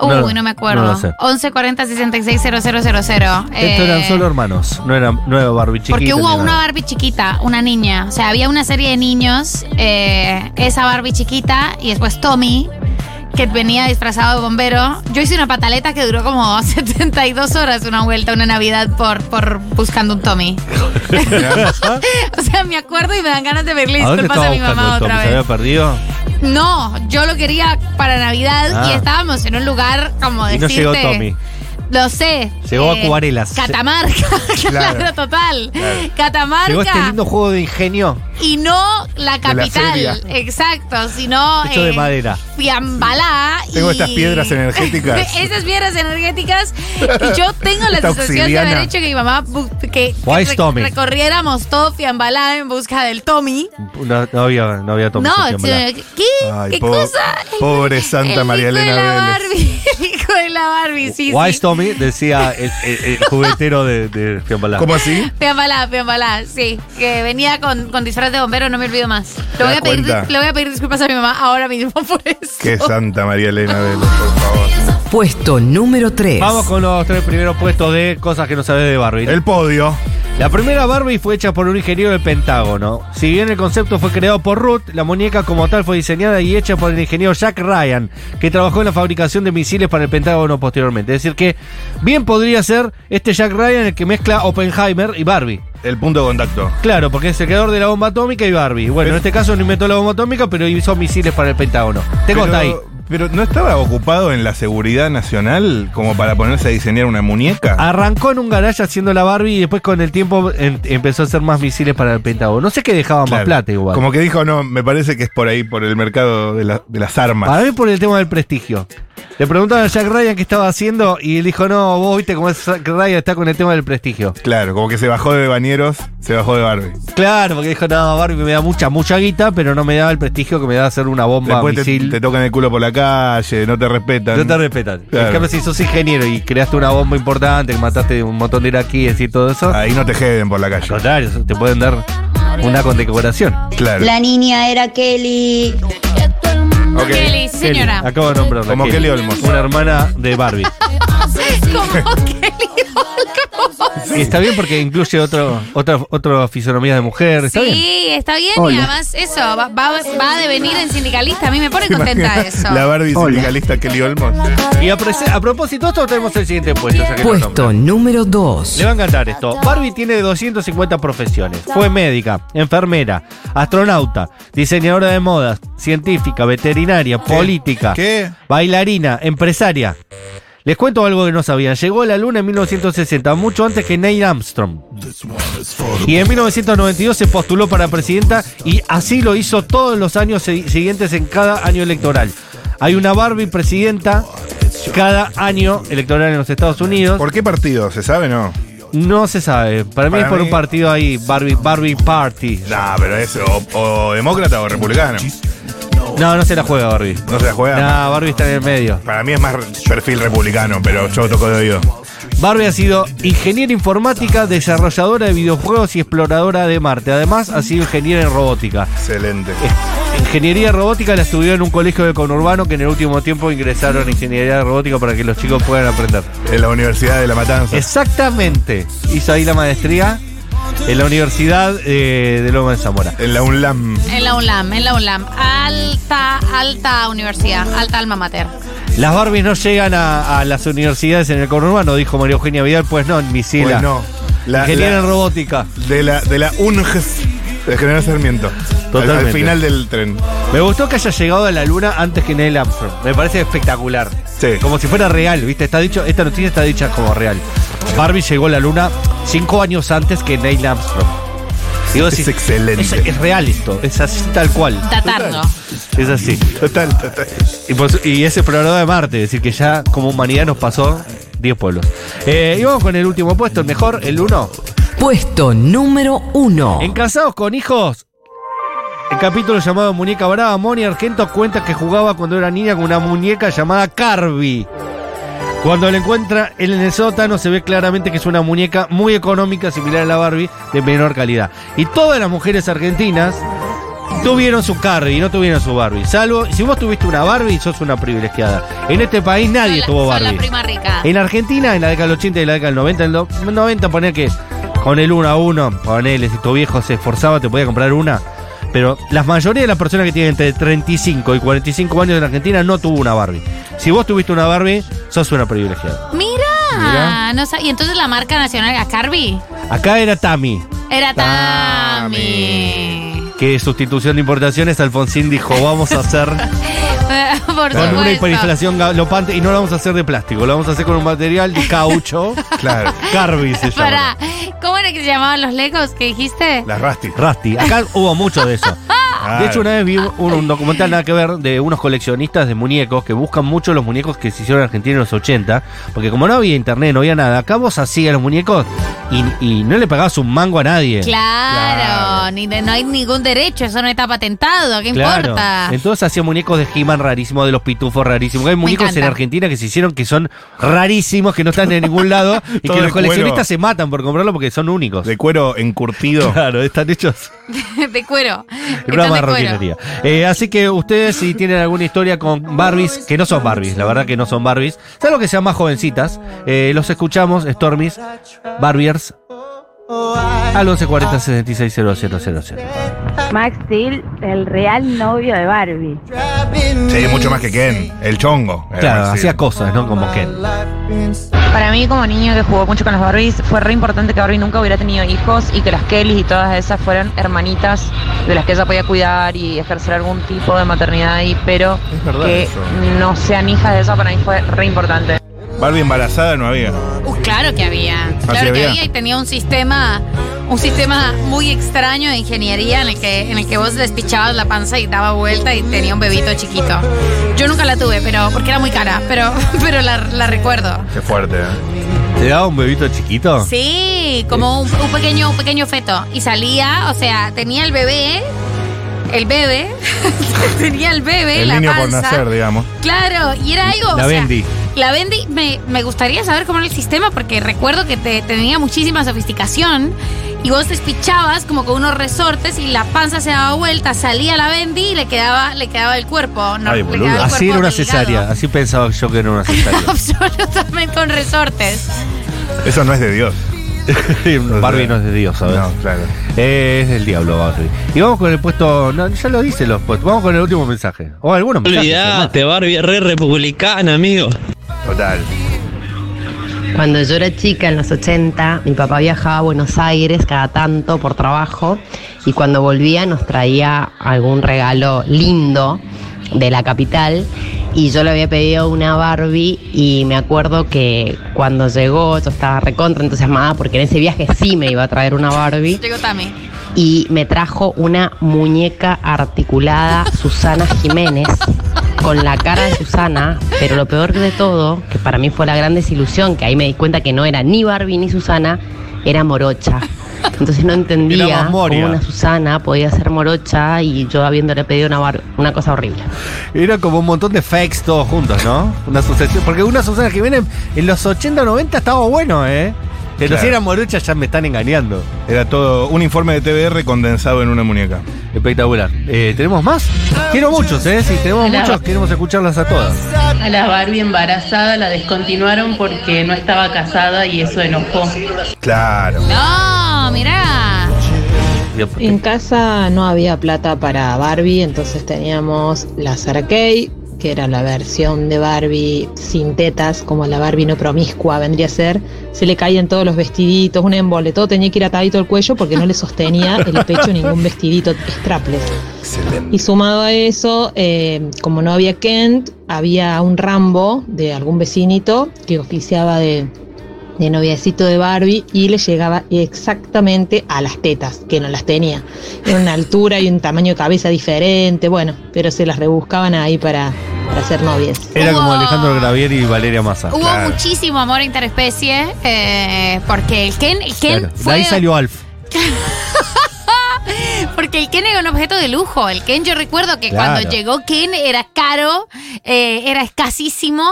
S4: No,
S5: Uy, no me acuerdo.
S4: no lo sé.
S5: 1140 000.
S4: Estos eran solo hermanos, no eran no era Barbie chiquita.
S5: Eh. Porque hubo
S4: ni
S5: una
S4: nada.
S5: Barbie chiquita, una niña. O sea, había una serie de niños, eh, esa Barbie chiquita y después Tommy, que venía disfrazado de bombero. Yo hice una pataleta que duró como 72 horas, una vuelta, una Navidad por, por buscando un Tommy. o sea, me acuerdo y me dan ganas de verle
S4: ¿A dónde
S5: disculpas
S4: estaba
S5: a mi mamá
S4: buscando el Tommy?
S5: otra
S4: ¿Se había
S5: vez.
S4: perdido?
S5: No, yo lo quería para Navidad
S4: Ah.
S5: y estábamos en un lugar como
S4: Y no
S5: decirte...
S4: llegó Tommy.
S5: Lo sé. eh,
S4: Llegó Acuarelas.
S5: Catamarca, claro,
S1: Claro. Claro.
S5: total.
S4: Llegó este
S5: Catamarca
S4: lindo juego de ingenio
S5: y no la capital.
S1: feria.
S5: Exacto, sino.
S4: hecho de
S5: eh,
S4: madera.
S5: Fiambalá.
S1: Tengo
S5: y-
S1: estas piedras energéticas.
S5: Estas piedras energéticas. Y yo tengo la
S1: Esta
S5: sensación de
S1: obsidiana.
S5: haber hecho que mi mamá. bu- que
S4: Why
S5: rec-
S4: Tommy?
S5: recorriéramos todo Fiambalá en busca del Tommy.
S4: No, no había, no había Tommy.
S5: no,
S4: sí, en verdad.
S5: sino- ¿qué?
S1: Ay,
S5: ¿Qué
S1: po-
S5: cosa?
S1: pobre Santa
S5: El
S1: María
S5: hijo de
S1: Elena
S5: la
S1: Vélez.
S5: Barbie, el hijo de la Barbie, sí,
S4: Wise
S5: sí.
S4: Tommy decía el, el- el juguetero de, de Fiambalá.
S1: ¿Cómo así?
S5: Piambalá, piambalá, sí. Que venía con, con disfraz de bombero, no me olvido más.
S1: ¿Te
S5: Le voy,
S1: das
S5: a pedir,
S1: cuenta?
S5: le voy a pedir disculpas a mi mamá ahora mismo por eso. Oh,
S1: Qué Santa María Elena Vélez, por favor.
S6: Puesto número 3.
S4: Vamos con los tres primeros puestos de cosas que no sabes de Barbie.
S1: El podio.
S4: La primera Barbie fue hecha por un ingeniero del Pentágono. Si bien el concepto fue creado por Ruth, la muñeca como tal fue diseñada y hecha por el ingeniero Jack Ryan, que trabajó en la fabricación de misiles para el Pentágono posteriormente. Es decir, que bien podría ser este Jack Ryan el que mezcla Oppenheimer y Barbie.
S1: El punto de contacto.
S4: Claro, porque es el creador de la bomba atómica y Barbie. Bueno, en este caso no inventó la bomba atómica, pero hizo misiles para el Pentágono. Tengo
S1: pero,
S4: hasta ahí.
S1: pero ¿no estaba ocupado en la seguridad nacional como para ponerse a diseñar una muñeca?
S4: Ah, Arrancó en un garage haciendo la Barbie y después con el tiempo en- empezó a hacer más misiles para el Pentágono. No sé qué dejaba
S1: Claro.
S4: más plata igual.
S1: Como que dijo, no, me parece que es por ahí, por el mercado de, la- de las armas.
S4: Para mí por el tema del prestigio. Le preguntaron a Jack Ryan qué estaba haciendo y él dijo, no, vos viste cómo es Jack Ryan está con el tema del prestigio.
S1: Claro, como que se bajó de bañeros, se bajó de Barbie.
S4: Claro, porque dijo, no, Barbie me da mucha, mucha guita, pero no me da el prestigio que me da hacer una bomba
S1: Después te,
S4: misil.
S1: te tocan el culo por la calle, no te respetan.
S4: no te respetan.
S1: Em, Claro.
S4: En cambio, si sos ingeniero y creaste una bomba importante, que mataste un montón de iraquíes y todo eso, al
S1: Ahí no te jeden por la calle.
S4: contrario, te pueden dar una condecoración.
S1: Claro.
S8: La niña era Kelly.
S1: Ok.
S5: Kelly, señora.
S4: Kelly, acabo de nombrarla.
S1: Como Kelly Olmos.
S4: Una hermana de Barbie.
S5: Como Kelly Olmos.
S4: Y está bien porque incluye otro, otra, otra fisonomía de mujer. Está bien.
S5: Sí, está bien y
S9: Hola.
S5: además eso, va, va- va a devenir en sindicalista. A mí me pone contenta eso.
S1: La Barbie
S9: Hola.
S1: sindicalista Kelly Olmos.
S4: Y a, prese- a propósito, esto tenemos el siguiente puesto. ya que lo
S6: Puesto
S4: nombré.
S6: número 2.
S4: Le va a encantar esto. Barbie tiene 250 profesiones. Fue médica, enfermera, astronauta, diseñadora de modas, científica, veterinaria, política,
S1: ¿Qué?
S4: bailarina, empresaria. Les cuento algo que no sabían. Llegó a la luna en 1960, mucho antes que Neil Armstrong. Y en 1992 se postuló para presidenta y así lo hizo todos los años se- siguientes en cada año electoral. Hay una Barbie presidenta cada año electoral en los Estados Unidos.
S1: ¿Por qué partido? ¿Se sabe no?
S4: No se sabe. Para mí
S1: Para
S4: es por
S1: mí-
S4: un partido ahí, Barbie, Barbie Party.
S1: No, pero es o, o demócrata o republicano.
S4: No, no se la juega Barbie.
S1: No se la
S4: No,
S1: juega.
S4: Barbie está en el medio.
S1: Para mí es más re- perfil republicano, pero yo toco de oído.
S4: Barbie ha sido ingeniera informática, desarrolladora de videojuegos y exploradora de Marte. Además, ha sido ingeniera en robótica.
S1: Excelente.
S4: Ingeniería robótica la estudió en un colegio de conurbano que en el último tiempo ingresaron a ingeniería robótica para que los chicos puedan aprender.
S1: En la Universidad de La Matanza.
S4: Exactamente. Hizo ahí la maestría en la Universidad eh, de Loma de Zamora.
S1: En la UNLAM.
S5: En la UNLAM, en la UNLAM. Alta, alta universidad, alta alma mater.
S4: Las Barbies no llegan a, a las universidades en el conurbano, dijo María Eugenia Vidal. Pues no, en Misila.
S1: Pues no. La-
S4: Ingeniera
S1: la-
S4: en robótica.
S1: De la, de la UNGES. De General Sarmiento. Al- Al,
S4: Totalmente.
S1: final del tren.
S4: Me gustó que haya llegado a la luna antes que Neil Armstrong. Me parece espectacular.
S1: Sí.
S4: Como si fuera real, ¿viste? Está dicho, esta noticia está dicha como real. Barbie llegó a la luna cinco años antes que Neil Armstrong. Y vos
S1: Es
S4: decís,
S1: excelente.
S4: Es, es real esto. Es así tal cual.
S5: Tatardo.
S4: Es así.
S1: Total, total.
S4: Y, por su- y ese programa de Marte, es decir, que ya como humanidad nos pasó 10 pueblos. Eh, y vamos con el último puesto, el mejor, el uno.
S6: Puesto número 1.
S4: En Casados con Hijos, el capítulo llamado Muñeca Brava, Moni Argento cuenta que jugaba cuando era niña con una muñeca llamada Carby. Cuando la encuentra en el sótano se ve claramente que es una muñeca muy económica, similar a la Barbie, de menor calidad. Y todas las mujeres argentinas tuvieron su Carby, no tuvieron su Barbie. Salvo, si vos tuviste una Barbie, sos una privilegiada. En este país nadie
S5: Son la-
S4: tuvo Eh,
S5: son
S4: Barbie.
S5: la prima rica.
S4: En Argentina, en la década del 80 y la década del 90, en los 90 poner que con el 1 a 1, ponele, si tu viejo se esforzaba, te podía comprar una. Pero la mayoría de las personas que tienen entre 35 y 45 años en Argentina no tuvo una Barbie. Si vos tuviste una Barbie, sos una privilegiada.
S5: Mira,
S4: Mira.
S5: no sab- y entonces la marca nacional era Carby.
S4: Acá era Tami,
S5: Era
S1: Tami.
S5: Tami.
S4: que sustitución de importaciones, Alfonsín dijo, vamos a hacer
S5: Por
S4: con una
S5: supuesto.
S4: hiperinflación galopante y no la vamos a hacer de plástico, la vamos a hacer con un material de caucho.
S1: Claro.
S4: Carby se llama.
S5: Pará, ¿cómo era que se llamaban los legos que dijiste?
S1: Las Rasti.
S4: Rusty. Acá hubo mucho de eso. De hecho, una vez vi un, un documental nada que ver de unos coleccionistas de muñecos que buscan mucho los muñecos que se hicieron en Argentina en los 80, porque como no había internet, no había nada, acá vos hacías los muñecos y, y no le pagabas un mango a nadie.
S5: Claro, ni de- no hay ningún derecho, eso no está patentado, ¿qué
S4: Claro.
S5: importa?
S4: Entonces hacía muñecos de He-Man rarísimos, de los pitufos rarísimos. Hay muñecos en
S5: encanta.
S4: Argentina que se hicieron que son rarísimos, que no están en ningún lado y
S1: Todo
S4: que
S1: de
S4: los coleccionistas
S1: cuero.
S4: se matan por comprarlo porque son únicos.
S1: De cuero encurtido.
S4: Claro, están hechos
S5: de cuero.
S4: En una
S5: Están de cuero.
S4: marroquinería. Eh, así que ustedes, si tienen alguna historia con Barbies, que no son Barbies, la verdad que no son Barbies, salvo que sean más jovencitas, eh, los escuchamos, Stormies, Barbiers, al 1140 76 000.
S1: Eh,
S10: Max Steel, el real novio de Barbie.
S1: Sí, mucho más que Ken. El chongo. era
S4: Claro,
S1: así.
S4: hacía cosas, ¿no? Como Ken.
S10: Para mí, como niño que jugó mucho con las Barbies, fue re importante que Barbie nunca hubiera tenido hijos y que las Kellys y todas esas fueran hermanitas de las que ella podía cuidar y ejercer algún tipo de maternidad ahí, pero
S1: Es verdad
S10: que
S1: eso.
S10: no sean hijas de ella para mí fue re importante.
S1: Barbie embarazada no había.
S5: Uh, claro que había. Claro que
S1: había.
S5: había y tenía un sistema, un sistema muy extraño de ingeniería en el que, en el que vos despichabas la panza y daba vuelta y tenía un bebito chiquito. Yo nunca la tuve, pero porque era muy cara, pero, pero la, la recuerdo.
S1: Qué fuerte, ¿eh?
S4: ¿Te daba un bebito chiquito?
S5: Sí, como un, un pequeño, un pequeño feto. Y salía, o sea, tenía el bebé, el bebé, tenía el bebé,
S1: El
S5: la
S1: niño
S5: panza.
S1: por nacer, digamos.
S5: Claro, y era algo.
S4: La
S5: o sea,
S4: Bendy.
S5: La Bendy, me, me gustaría saber cómo era el sistema, porque recuerdo que te, tenía muchísima sofisticación Y vos te espichabas como con unos resortes y la panza se daba vuelta, salía la bendy y le quedaba, le quedaba el cuerpo. No,
S1: Ay,
S5: le
S1: boludo.
S5: quedaba el
S4: Así era
S5: cuerpo
S4: una
S5: delgado.
S4: cesárea, así pensaba yo que era una cesárea.
S5: Absolutamente con resortes.
S1: Eso no es de Dios.
S4: Barbie no es de Dios, ¿sabes?
S1: No, claro.
S4: Eh, es del diablo, Barbie. Y vamos con el puesto. No, ya lo dicen los puestos. Vamos con el último mensaje. O algunos mensajes. además.
S11: Olvidate, Barbie, re republicana, amigo.
S1: Total.
S12: Cuando yo era chica, en los 80, mi papá viajaba a Buenos Aires cada tanto por trabajo y cuando volvía nos traía algún regalo lindo de la capital y yo le había pedido una Barbie y me acuerdo que cuando llegó yo estaba recontra entusiasmada porque en ese viaje sí me iba a traer una Barbie
S5: Llegó Tami.
S12: y me trajo una muñeca articulada Susana Jiménez con la cara de Susana, pero lo peor de todo, que para mí fue la gran desilusión, que ahí me di cuenta que no era ni Barbie ni Susana, era Morocha. Entonces no
S4: Era
S12: entendía
S4: más
S12: cómo
S4: Moria.
S12: una Susana podía ser Morocha y yo habiéndole pedido una, Bar- una cosa horrible.
S4: Era como un montón de fakes todos juntos, ¿no? Una sucesión. Porque una Susana Jiménez en los 80, 90 estaba bueno, ¿eh? Pero
S1: Claro.
S4: si era morucha ya me están engañando.
S1: Era todo un informe de TBR condensado en una muñeca.
S4: Espectacular. Eh, ¿Tenemos más? Quiero muchos, ¿eh? Si tenemos
S12: Hola.
S4: muchos, queremos escucharlas a todas.
S12: A la Barbie embarazada la descontinuaron porque no estaba casada y eso enojó.
S1: Claro.
S5: No, mirá.
S4: Dios, ¿por qué?
S13: En casa no había plata para Barbie, entonces teníamos la Sarah Kay, que era la versión de Barbie sin tetas, como la Barbie no promiscua vendría a ser. Se le caían todos los vestiditos, un embole, todo tenía que ir atadito al cuello porque no le sostenía el pecho ningún vestidito strapless.
S1: Excelente.
S13: Y sumado a eso, eh, como no había Kent, había un Rambo de algún vecinito que oficiaba de, de noviecito de Barbie y le llegaba exactamente a las tetas, que no las tenía. Era una altura y un tamaño de cabeza diferente, bueno, pero se las rebuscaban ahí para, para ser novias.
S4: Era como
S5: Hubo-
S4: Alejandro Gravier y Valeria Massa.
S5: Hubo
S1: Claro.
S5: muchísimo amor interespecie eh, porque el Ken, el Ken
S4: Claro. De
S5: fue
S4: ahí salió Alf.
S5: porque el Ken era un objeto de lujo. El Ken yo recuerdo que
S4: Claro.
S5: cuando llegó Ken era caro, eh, era escasísimo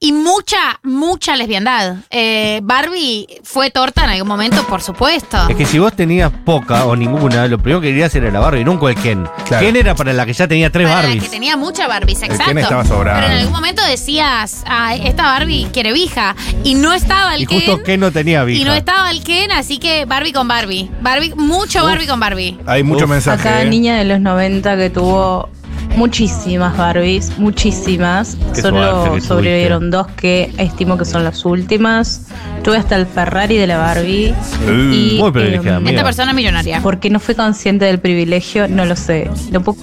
S5: y mucha mucha lesbiandad. Eh, Barbie fue torta en algún momento, por supuesto.
S4: Es que si vos tenías poca o ninguna, lo primero que querías era la Barbie, nunca el Ken.
S1: Claro.
S4: Ken era para la que ya tenía tres
S5: Para la
S4: Barbies.
S5: que tenía mucha Barbies,
S1: El
S5: exacto.
S1: Ken estaba sobrado.
S5: Pero en algún momento decías, "Ah, esta Barbie quiere vija. Y no estaba el
S4: Y justo Ken no tenía
S5: Y
S4: vija.
S5: no estaba el Ken, así que Barbie con Barbie. Barbie mucho Barbie con Barbie.
S1: Hay mucho
S4: Uf.
S1: mensaje.
S14: Acá
S1: ¿eh?
S14: niña de los 90 que tuvo muchísimas Barbies, muchísimas.
S4: Qué suerte que
S14: Solo
S4: tuviste.
S14: sobrevivieron dos que estimo que son las últimas. Tuve hasta el Ferrari de la Barbie.
S1: Uh,
S14: Y,
S4: muy privilegiada,
S14: em,
S4: amiga.
S5: Esta persona es millonaria.
S14: ¿Por qué no fue consciente del privilegio? No lo sé. Lo poco-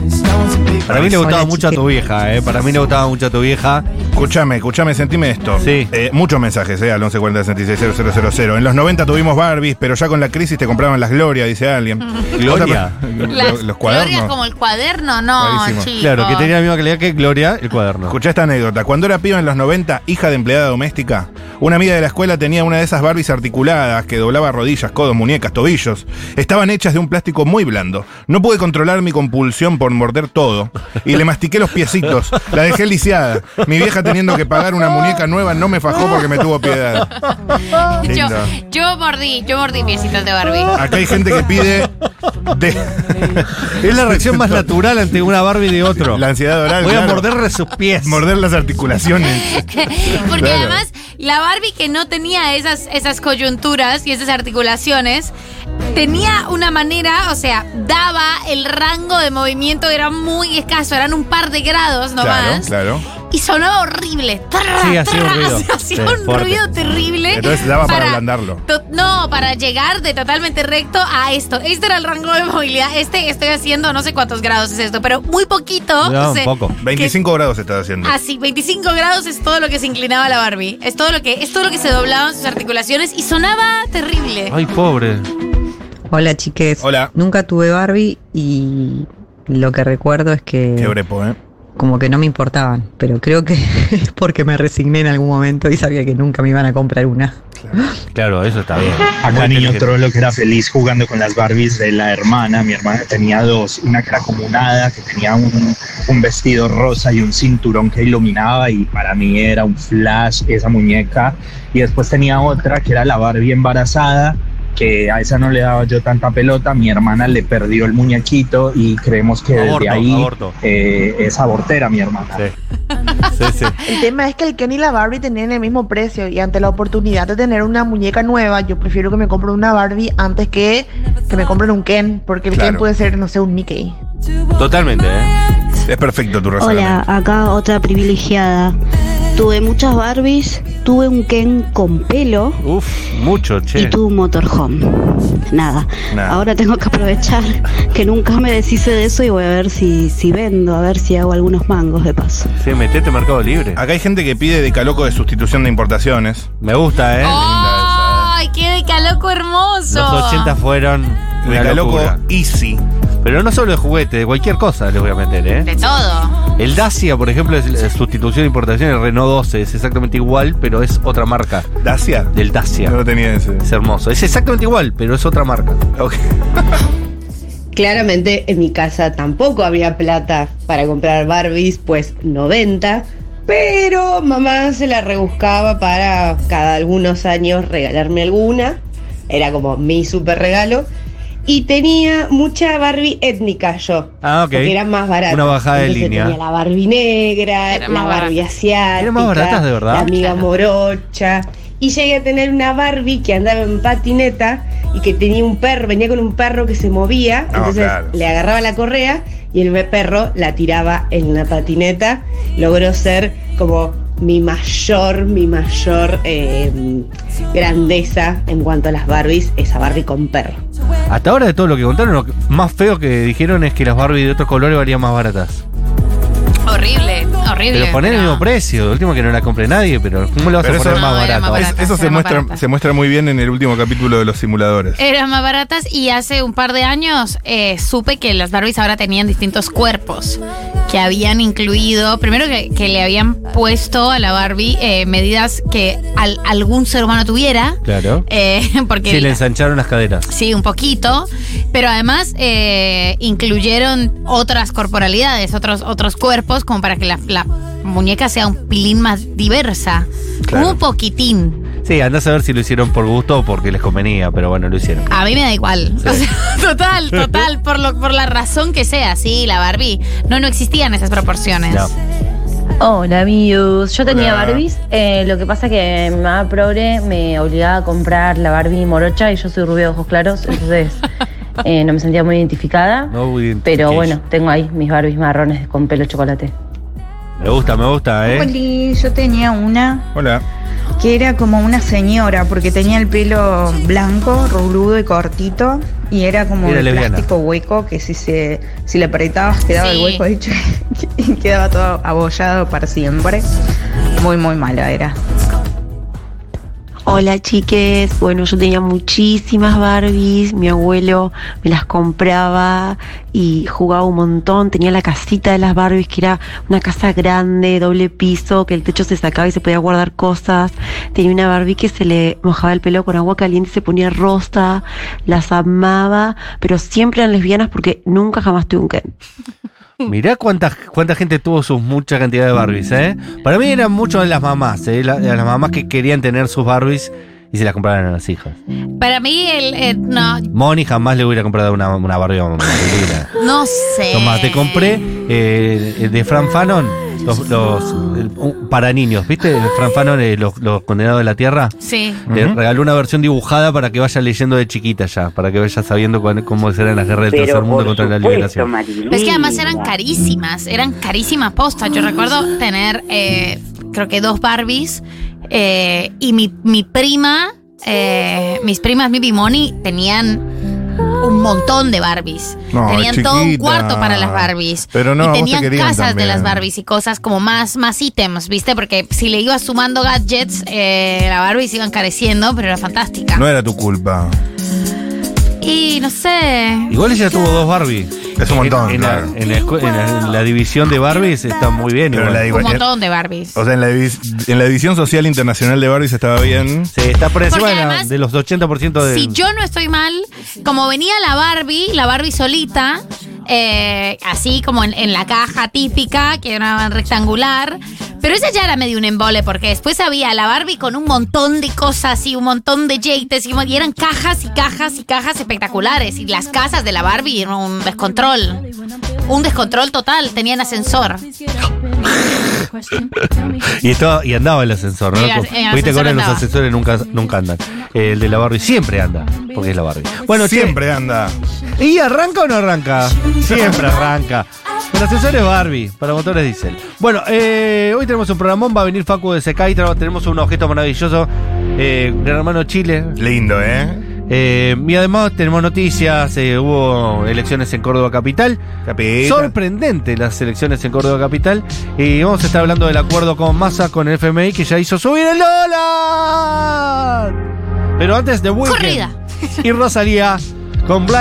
S4: Para mí le gustaba
S14: Hola,
S4: mucho a tu vieja, ¿eh? Para mí le gustaba mucho a tu vieja.
S1: Escúchame, escúchame, sentime esto.
S4: Sí.
S1: Eh, muchos mensajes, ¿eh? Al 1140 En los 90 tuvimos Barbies, pero ya con la crisis te compraban las Gloria, dice alguien.
S4: Gloria.
S1: O sea, lo-
S5: Las
S1: los
S5: glorias
S1: cuadernos.
S5: como el cuaderno, no,
S1: Clarísimo.
S5: chicos.
S4: Claro, que tenía la misma calidad que Gloria, el cuaderno.
S1: Escuchá esta anécdota. Cuando era piba en los 90, hija de empleada doméstica, una amiga de la escuela tenía una de esas Barbies articuladas que doblaba rodillas, codos, muñecas, tobillos. Estaban hechas de un plástico muy blando. No pude controlar mi compulsión por morder todo y le mastiqué los piecitos. La dejé lisiada. Mi vieja teniendo que pagar una muñeca nueva no me fajó porque me tuvo piedad.
S5: Yo,
S1: Lindo.
S5: yo mordí, yo mordí piecitos de Barbie.
S1: Acá hay gente que pide de-
S4: Es la reacción más natural ante una Barbie de otro.
S1: la ansiedad oral.
S4: Voy a
S1: claro.
S4: morderle sus pies.
S1: Morder las articulaciones.
S5: Porque
S1: Claro.
S5: además, la Barbie que no tenía esas, esas coyunturas y esas articulaciones, tenía una manera, o sea, daba el rango de movimiento, era muy escaso, eran un par de grados
S1: Claro,
S5: nomás.
S1: claro.
S5: Y sonaba horrible. Trrra,
S4: Sí, hacía un
S5: trrra,
S4: ruido.
S5: hacía
S4: Sí,
S5: un
S4: fuerte.
S5: ruido terrible.
S1: Entonces daba para ablandarlo.
S5: to- no, para llegar de totalmente recto a esto. Este era el rango de movilidad. Este estoy haciendo no sé cuántos grados es esto, pero muy poquito.
S4: No,
S5: o sea,
S4: un poco.
S1: 25 grados estás haciendo.
S5: Así, 25 Ah, grados es todo lo que se inclinaba la Barbie. Es todo lo que, es todo lo que se doblaban sus articulaciones y sonaba terrible.
S4: Ay, pobre.
S6: Hola chiques.
S1: Hola.
S6: Nunca tuve Barbie y lo que recuerdo es
S1: Qué
S6: que
S1: brepo, ¿eh?
S6: como que no me importaban, pero creo que es porque me resigné en algún momento y sabía que nunca me iban a comprar una.
S4: Claro, eso está bien.
S15: Acá
S4: Muy
S15: niño
S4: inteligente.
S15: trolo que era feliz jugando con las Barbies de la hermana. Mi hermana tenía dos, una que era como un hada, que tenía un, un vestido rosa y un cinturón que iluminaba y para mí era un flash esa muñeca. Y después tenía otra que era la Barbie embarazada, que a esa no le daba yo tanta pelota, mi hermana le perdió el muñequito y creemos que
S4: Aborto,
S15: desde ahí
S4: aborto.
S15: eh, es abortera mi hermana.
S4: Sí, sí.
S16: El tema es que el Ken y la Barbie tenían el mismo precio y ante la oportunidad de tener una muñeca nueva, yo prefiero que me compren una Barbie antes que que me compren un Ken, porque el
S1: Claro.
S16: Ken puede ser, no sé, un Mickey.
S1: Totalmente, Es perfecto tu razonamiento.
S17: Hola, ah, acá otra privilegiada. Tuve muchas Barbies, tuve un Ken con pelo
S4: Uf, mucho, che.
S17: y tuve un motorhome. Nada.
S4: Nah.
S17: Ahora tengo que aprovechar que nunca me deshice de eso y voy a ver si, si vendo, a ver si hago algunos mangos de paso.
S4: Sí, metete Mercado Libre.
S1: Acá hay gente que pide de caloco de sustitución de importaciones.
S4: Me gusta, ¿eh?
S5: ¡Ay, qué decaloco hermoso!
S4: Los 80 fueron.
S1: De
S4: una
S1: Caloco
S4: locura.
S1: Easy.
S4: Pero no solo de juguete, de cualquier cosa les voy a meter,
S5: De
S4: ¿eh?
S5: todo.
S4: El Dacia, por ejemplo, es la sustitución de importación del Renault 12. Es exactamente igual, pero es otra marca.
S1: ¿Dacia?
S4: Del Dacia.
S1: No lo tenía ese.
S4: Es hermoso. Es exactamente igual, pero es otra marca.
S13: Claramente en mi casa tampoco había plata para comprar Barbies, pues 90, pero mamá se la rebuscaba para cada algunos años regalarme alguna. Era como mi super regalo. Y tenía mucha Barbie étnica yo.
S4: Ah, ok.
S13: Porque era más barata.
S4: Una bajada de
S13: Entonces
S4: línea.
S13: Tenía la Barbie negra, la
S5: más barata.
S13: Barbie asiática.
S4: Eran más baratas, de verdad.
S13: La amiga morocha. Y llegué a tener una Barbie que andaba en patineta y que tenía un perro, venía con un perro que se movía.
S1: No,
S13: entonces
S1: claro.
S13: le agarraba la correa y el perro la tiraba en la patineta. Logró ser como mi mayor, mi mayor eh, grandeza en cuanto a las Barbies, esa Barbie con perro.
S4: Hasta ahora de todo lo que contaron, lo que- más feo que dijeron es que las Barbie de otros colores valían más baratas.
S5: Horrible, horrible.
S4: Pero poner el mismo precio, de último que no la compre nadie, pero ¿cómo lo vas
S1: Pero
S4: a
S1: eso-
S4: poner más
S1: No,
S5: era
S4: barato?
S5: más
S1: Es-
S5: barata,
S1: eso se
S5: era más Eh,
S1: muestra,
S5: barata.
S1: se muestra muy bien en el último capítulo de los simuladores.
S5: Eran más baratas y hace un par de años eh, supe que las Barbies ahora tenían distintos cuerpos que habían incluido, primero que, que le habían puesto a la Barbie eh, medidas que al- algún ser humano tuviera,
S4: Claro.
S5: eh, porque
S4: Sí, le ensancharon las caderas.
S5: Sí, un poquito, pero además eh, incluyeron otras corporalidades, otros, otros cuerpos, como para que la, la muñeca sea un pilín más diversa.
S4: Claro.
S5: Un poquitín.
S4: Sí, andás a ver si lo hicieron por gusto o porque les convenía, pero bueno, lo hicieron.
S5: A mí me da igual. O sea, total, total, por, lo, por la razón que sea, sí, la Barbie. No, no existían esas proporciones.
S4: No.
S18: Hola, amigos. Yo tenía
S5: Hola.
S18: Barbies. eh, lo que pasa que mi mamá progre me obligaba a comprar la Barbie morocha y yo soy rubia de ojos claros, entonces eh, no me sentía muy identificada.
S4: No
S18: pero
S4: identification.
S18: bueno, tengo ahí mis Barbies marrones con pelo chocolate.
S4: Me gusta, me gusta, ¿eh?
S19: Oli, yo tenía una
S1: Hola.
S19: que era como una señora porque tenía el pelo blanco, rubrudo y cortito y era como
S4: Era
S19: de
S4: lesbiana.
S19: plástico hueco que si se si le apretabas quedaba
S5: Sí.
S19: el hueco hecho y quedaba todo abollado para siempre. Muy muy mala era.
S14: Hola chiques, bueno yo tenía muchísimas Barbies, mi abuelo me las compraba y jugaba un montón, tenía la casita de las Barbies que era una casa grande, doble piso, que el techo se sacaba y se podía guardar cosas, tenía una Barbie que se le mojaba el pelo con agua caliente y se ponía rosa, las amaba, pero siempre eran lesbianas porque nunca jamás tuve un Ken.
S4: Mirá cuánta, cuánta gente tuvo sus mucha cantidad de Barbies, ¿eh? Para mí eran mucho de las mamás, ¿eh? La- de las mamás que querían tener sus Barbies y se las compraban a las hijas.
S5: Para mí, el, eh, no,
S4: Moni jamás le hubiera comprado una, una Barbie a mamá. Mira.
S5: no sé.
S4: Tomá, te compré eh, de Fran Fanon, los, los, eh, un- para niños, ¿viste? Fran Fanon, eh, los, los condenados de la tierra.
S5: Sí.
S4: Le regaló una versión dibujada para que vaya leyendo de chiquita ya, para que vaya sabiendo cuán- cómo serán las guerras del
S20: Pero
S4: tercer mundo
S20: por
S4: contra la
S20: supuesto,
S4: liberación.
S20: Marilu.
S5: Pero es que además eran carísimas, eran carísimas postas. Yo recuerdo tener, eh, creo que dos Barbies eh, y mi, mi prima, eh, mis primas Mimi y Moni tenían un montón de Barbies.
S1: No,
S5: tenían todo un
S1: chiquita.
S5: cuarto para las Barbies.
S1: Pero no, a
S5: y
S1: vos te
S5: tenían
S1: querían
S5: casas de
S1: también.
S5: las Barbies y cosas como más, más ítems, ¿viste? Porque si le ibas sumando gadgets, eh, la Barbie se iba encareciendo, pero era fantástica.
S1: No era tu culpa.
S5: Y no sé,
S4: Igual ella tuvo dos Barbie.
S1: Es un montón,
S4: En, en
S1: claro.
S4: la, en la escu- en la- en la división de Barbies está muy bien.
S1: Pero
S4: igual.
S1: la digo-
S5: un montón de Barbies.
S1: O sea, en la, divis- en la edición social internacional de Barbies estaba bien.
S4: Sí, está por
S5: encima Porque de la- además-
S4: de los 80% de...
S5: Si yo no estoy mal, como venía la Barbie, la Barbie solita, eh, así como en, en la caja típica, que era rectangular, Pero esa ya era medio un embole, porque después había la Barbie con un montón de cosas y un montón de yates y, y eran cajas y cajas y cajas espectaculares. Y las casas de la Barbie eran un descontrol. Un descontrol total, tenían ascensor.
S4: Y, estaba, y andaba el ascensor, ¿no?
S5: El as- eh, el
S4: Viste que
S5: ascensor
S4: ahora los
S5: andaba.
S4: ascensores nunca, nunca andan. El de la Barbie siempre anda, porque es la Barbie. Bueno, che,
S1: siempre anda.
S4: ¿Y arranca o no arranca? Siempre arranca. El ascensor es Barbie, para motores diésel. Bueno, eh, hoy tenemos un programón, va a venir Facu de Secay, tra- tenemos un objeto maravilloso, eh, Gran Hermano Chile.
S1: Lindo, ¿eh?
S4: Eh, y además tenemos noticias, eh, hubo elecciones en Córdoba Capital. Sorprendente las elecciones en Córdoba Capital. Y vamos a estar hablando del acuerdo con Massa, con el FMI, que ya hizo subir el dólar. Pero antes de Weekend
S5: Corrida.
S4: y Rosalía con Blind.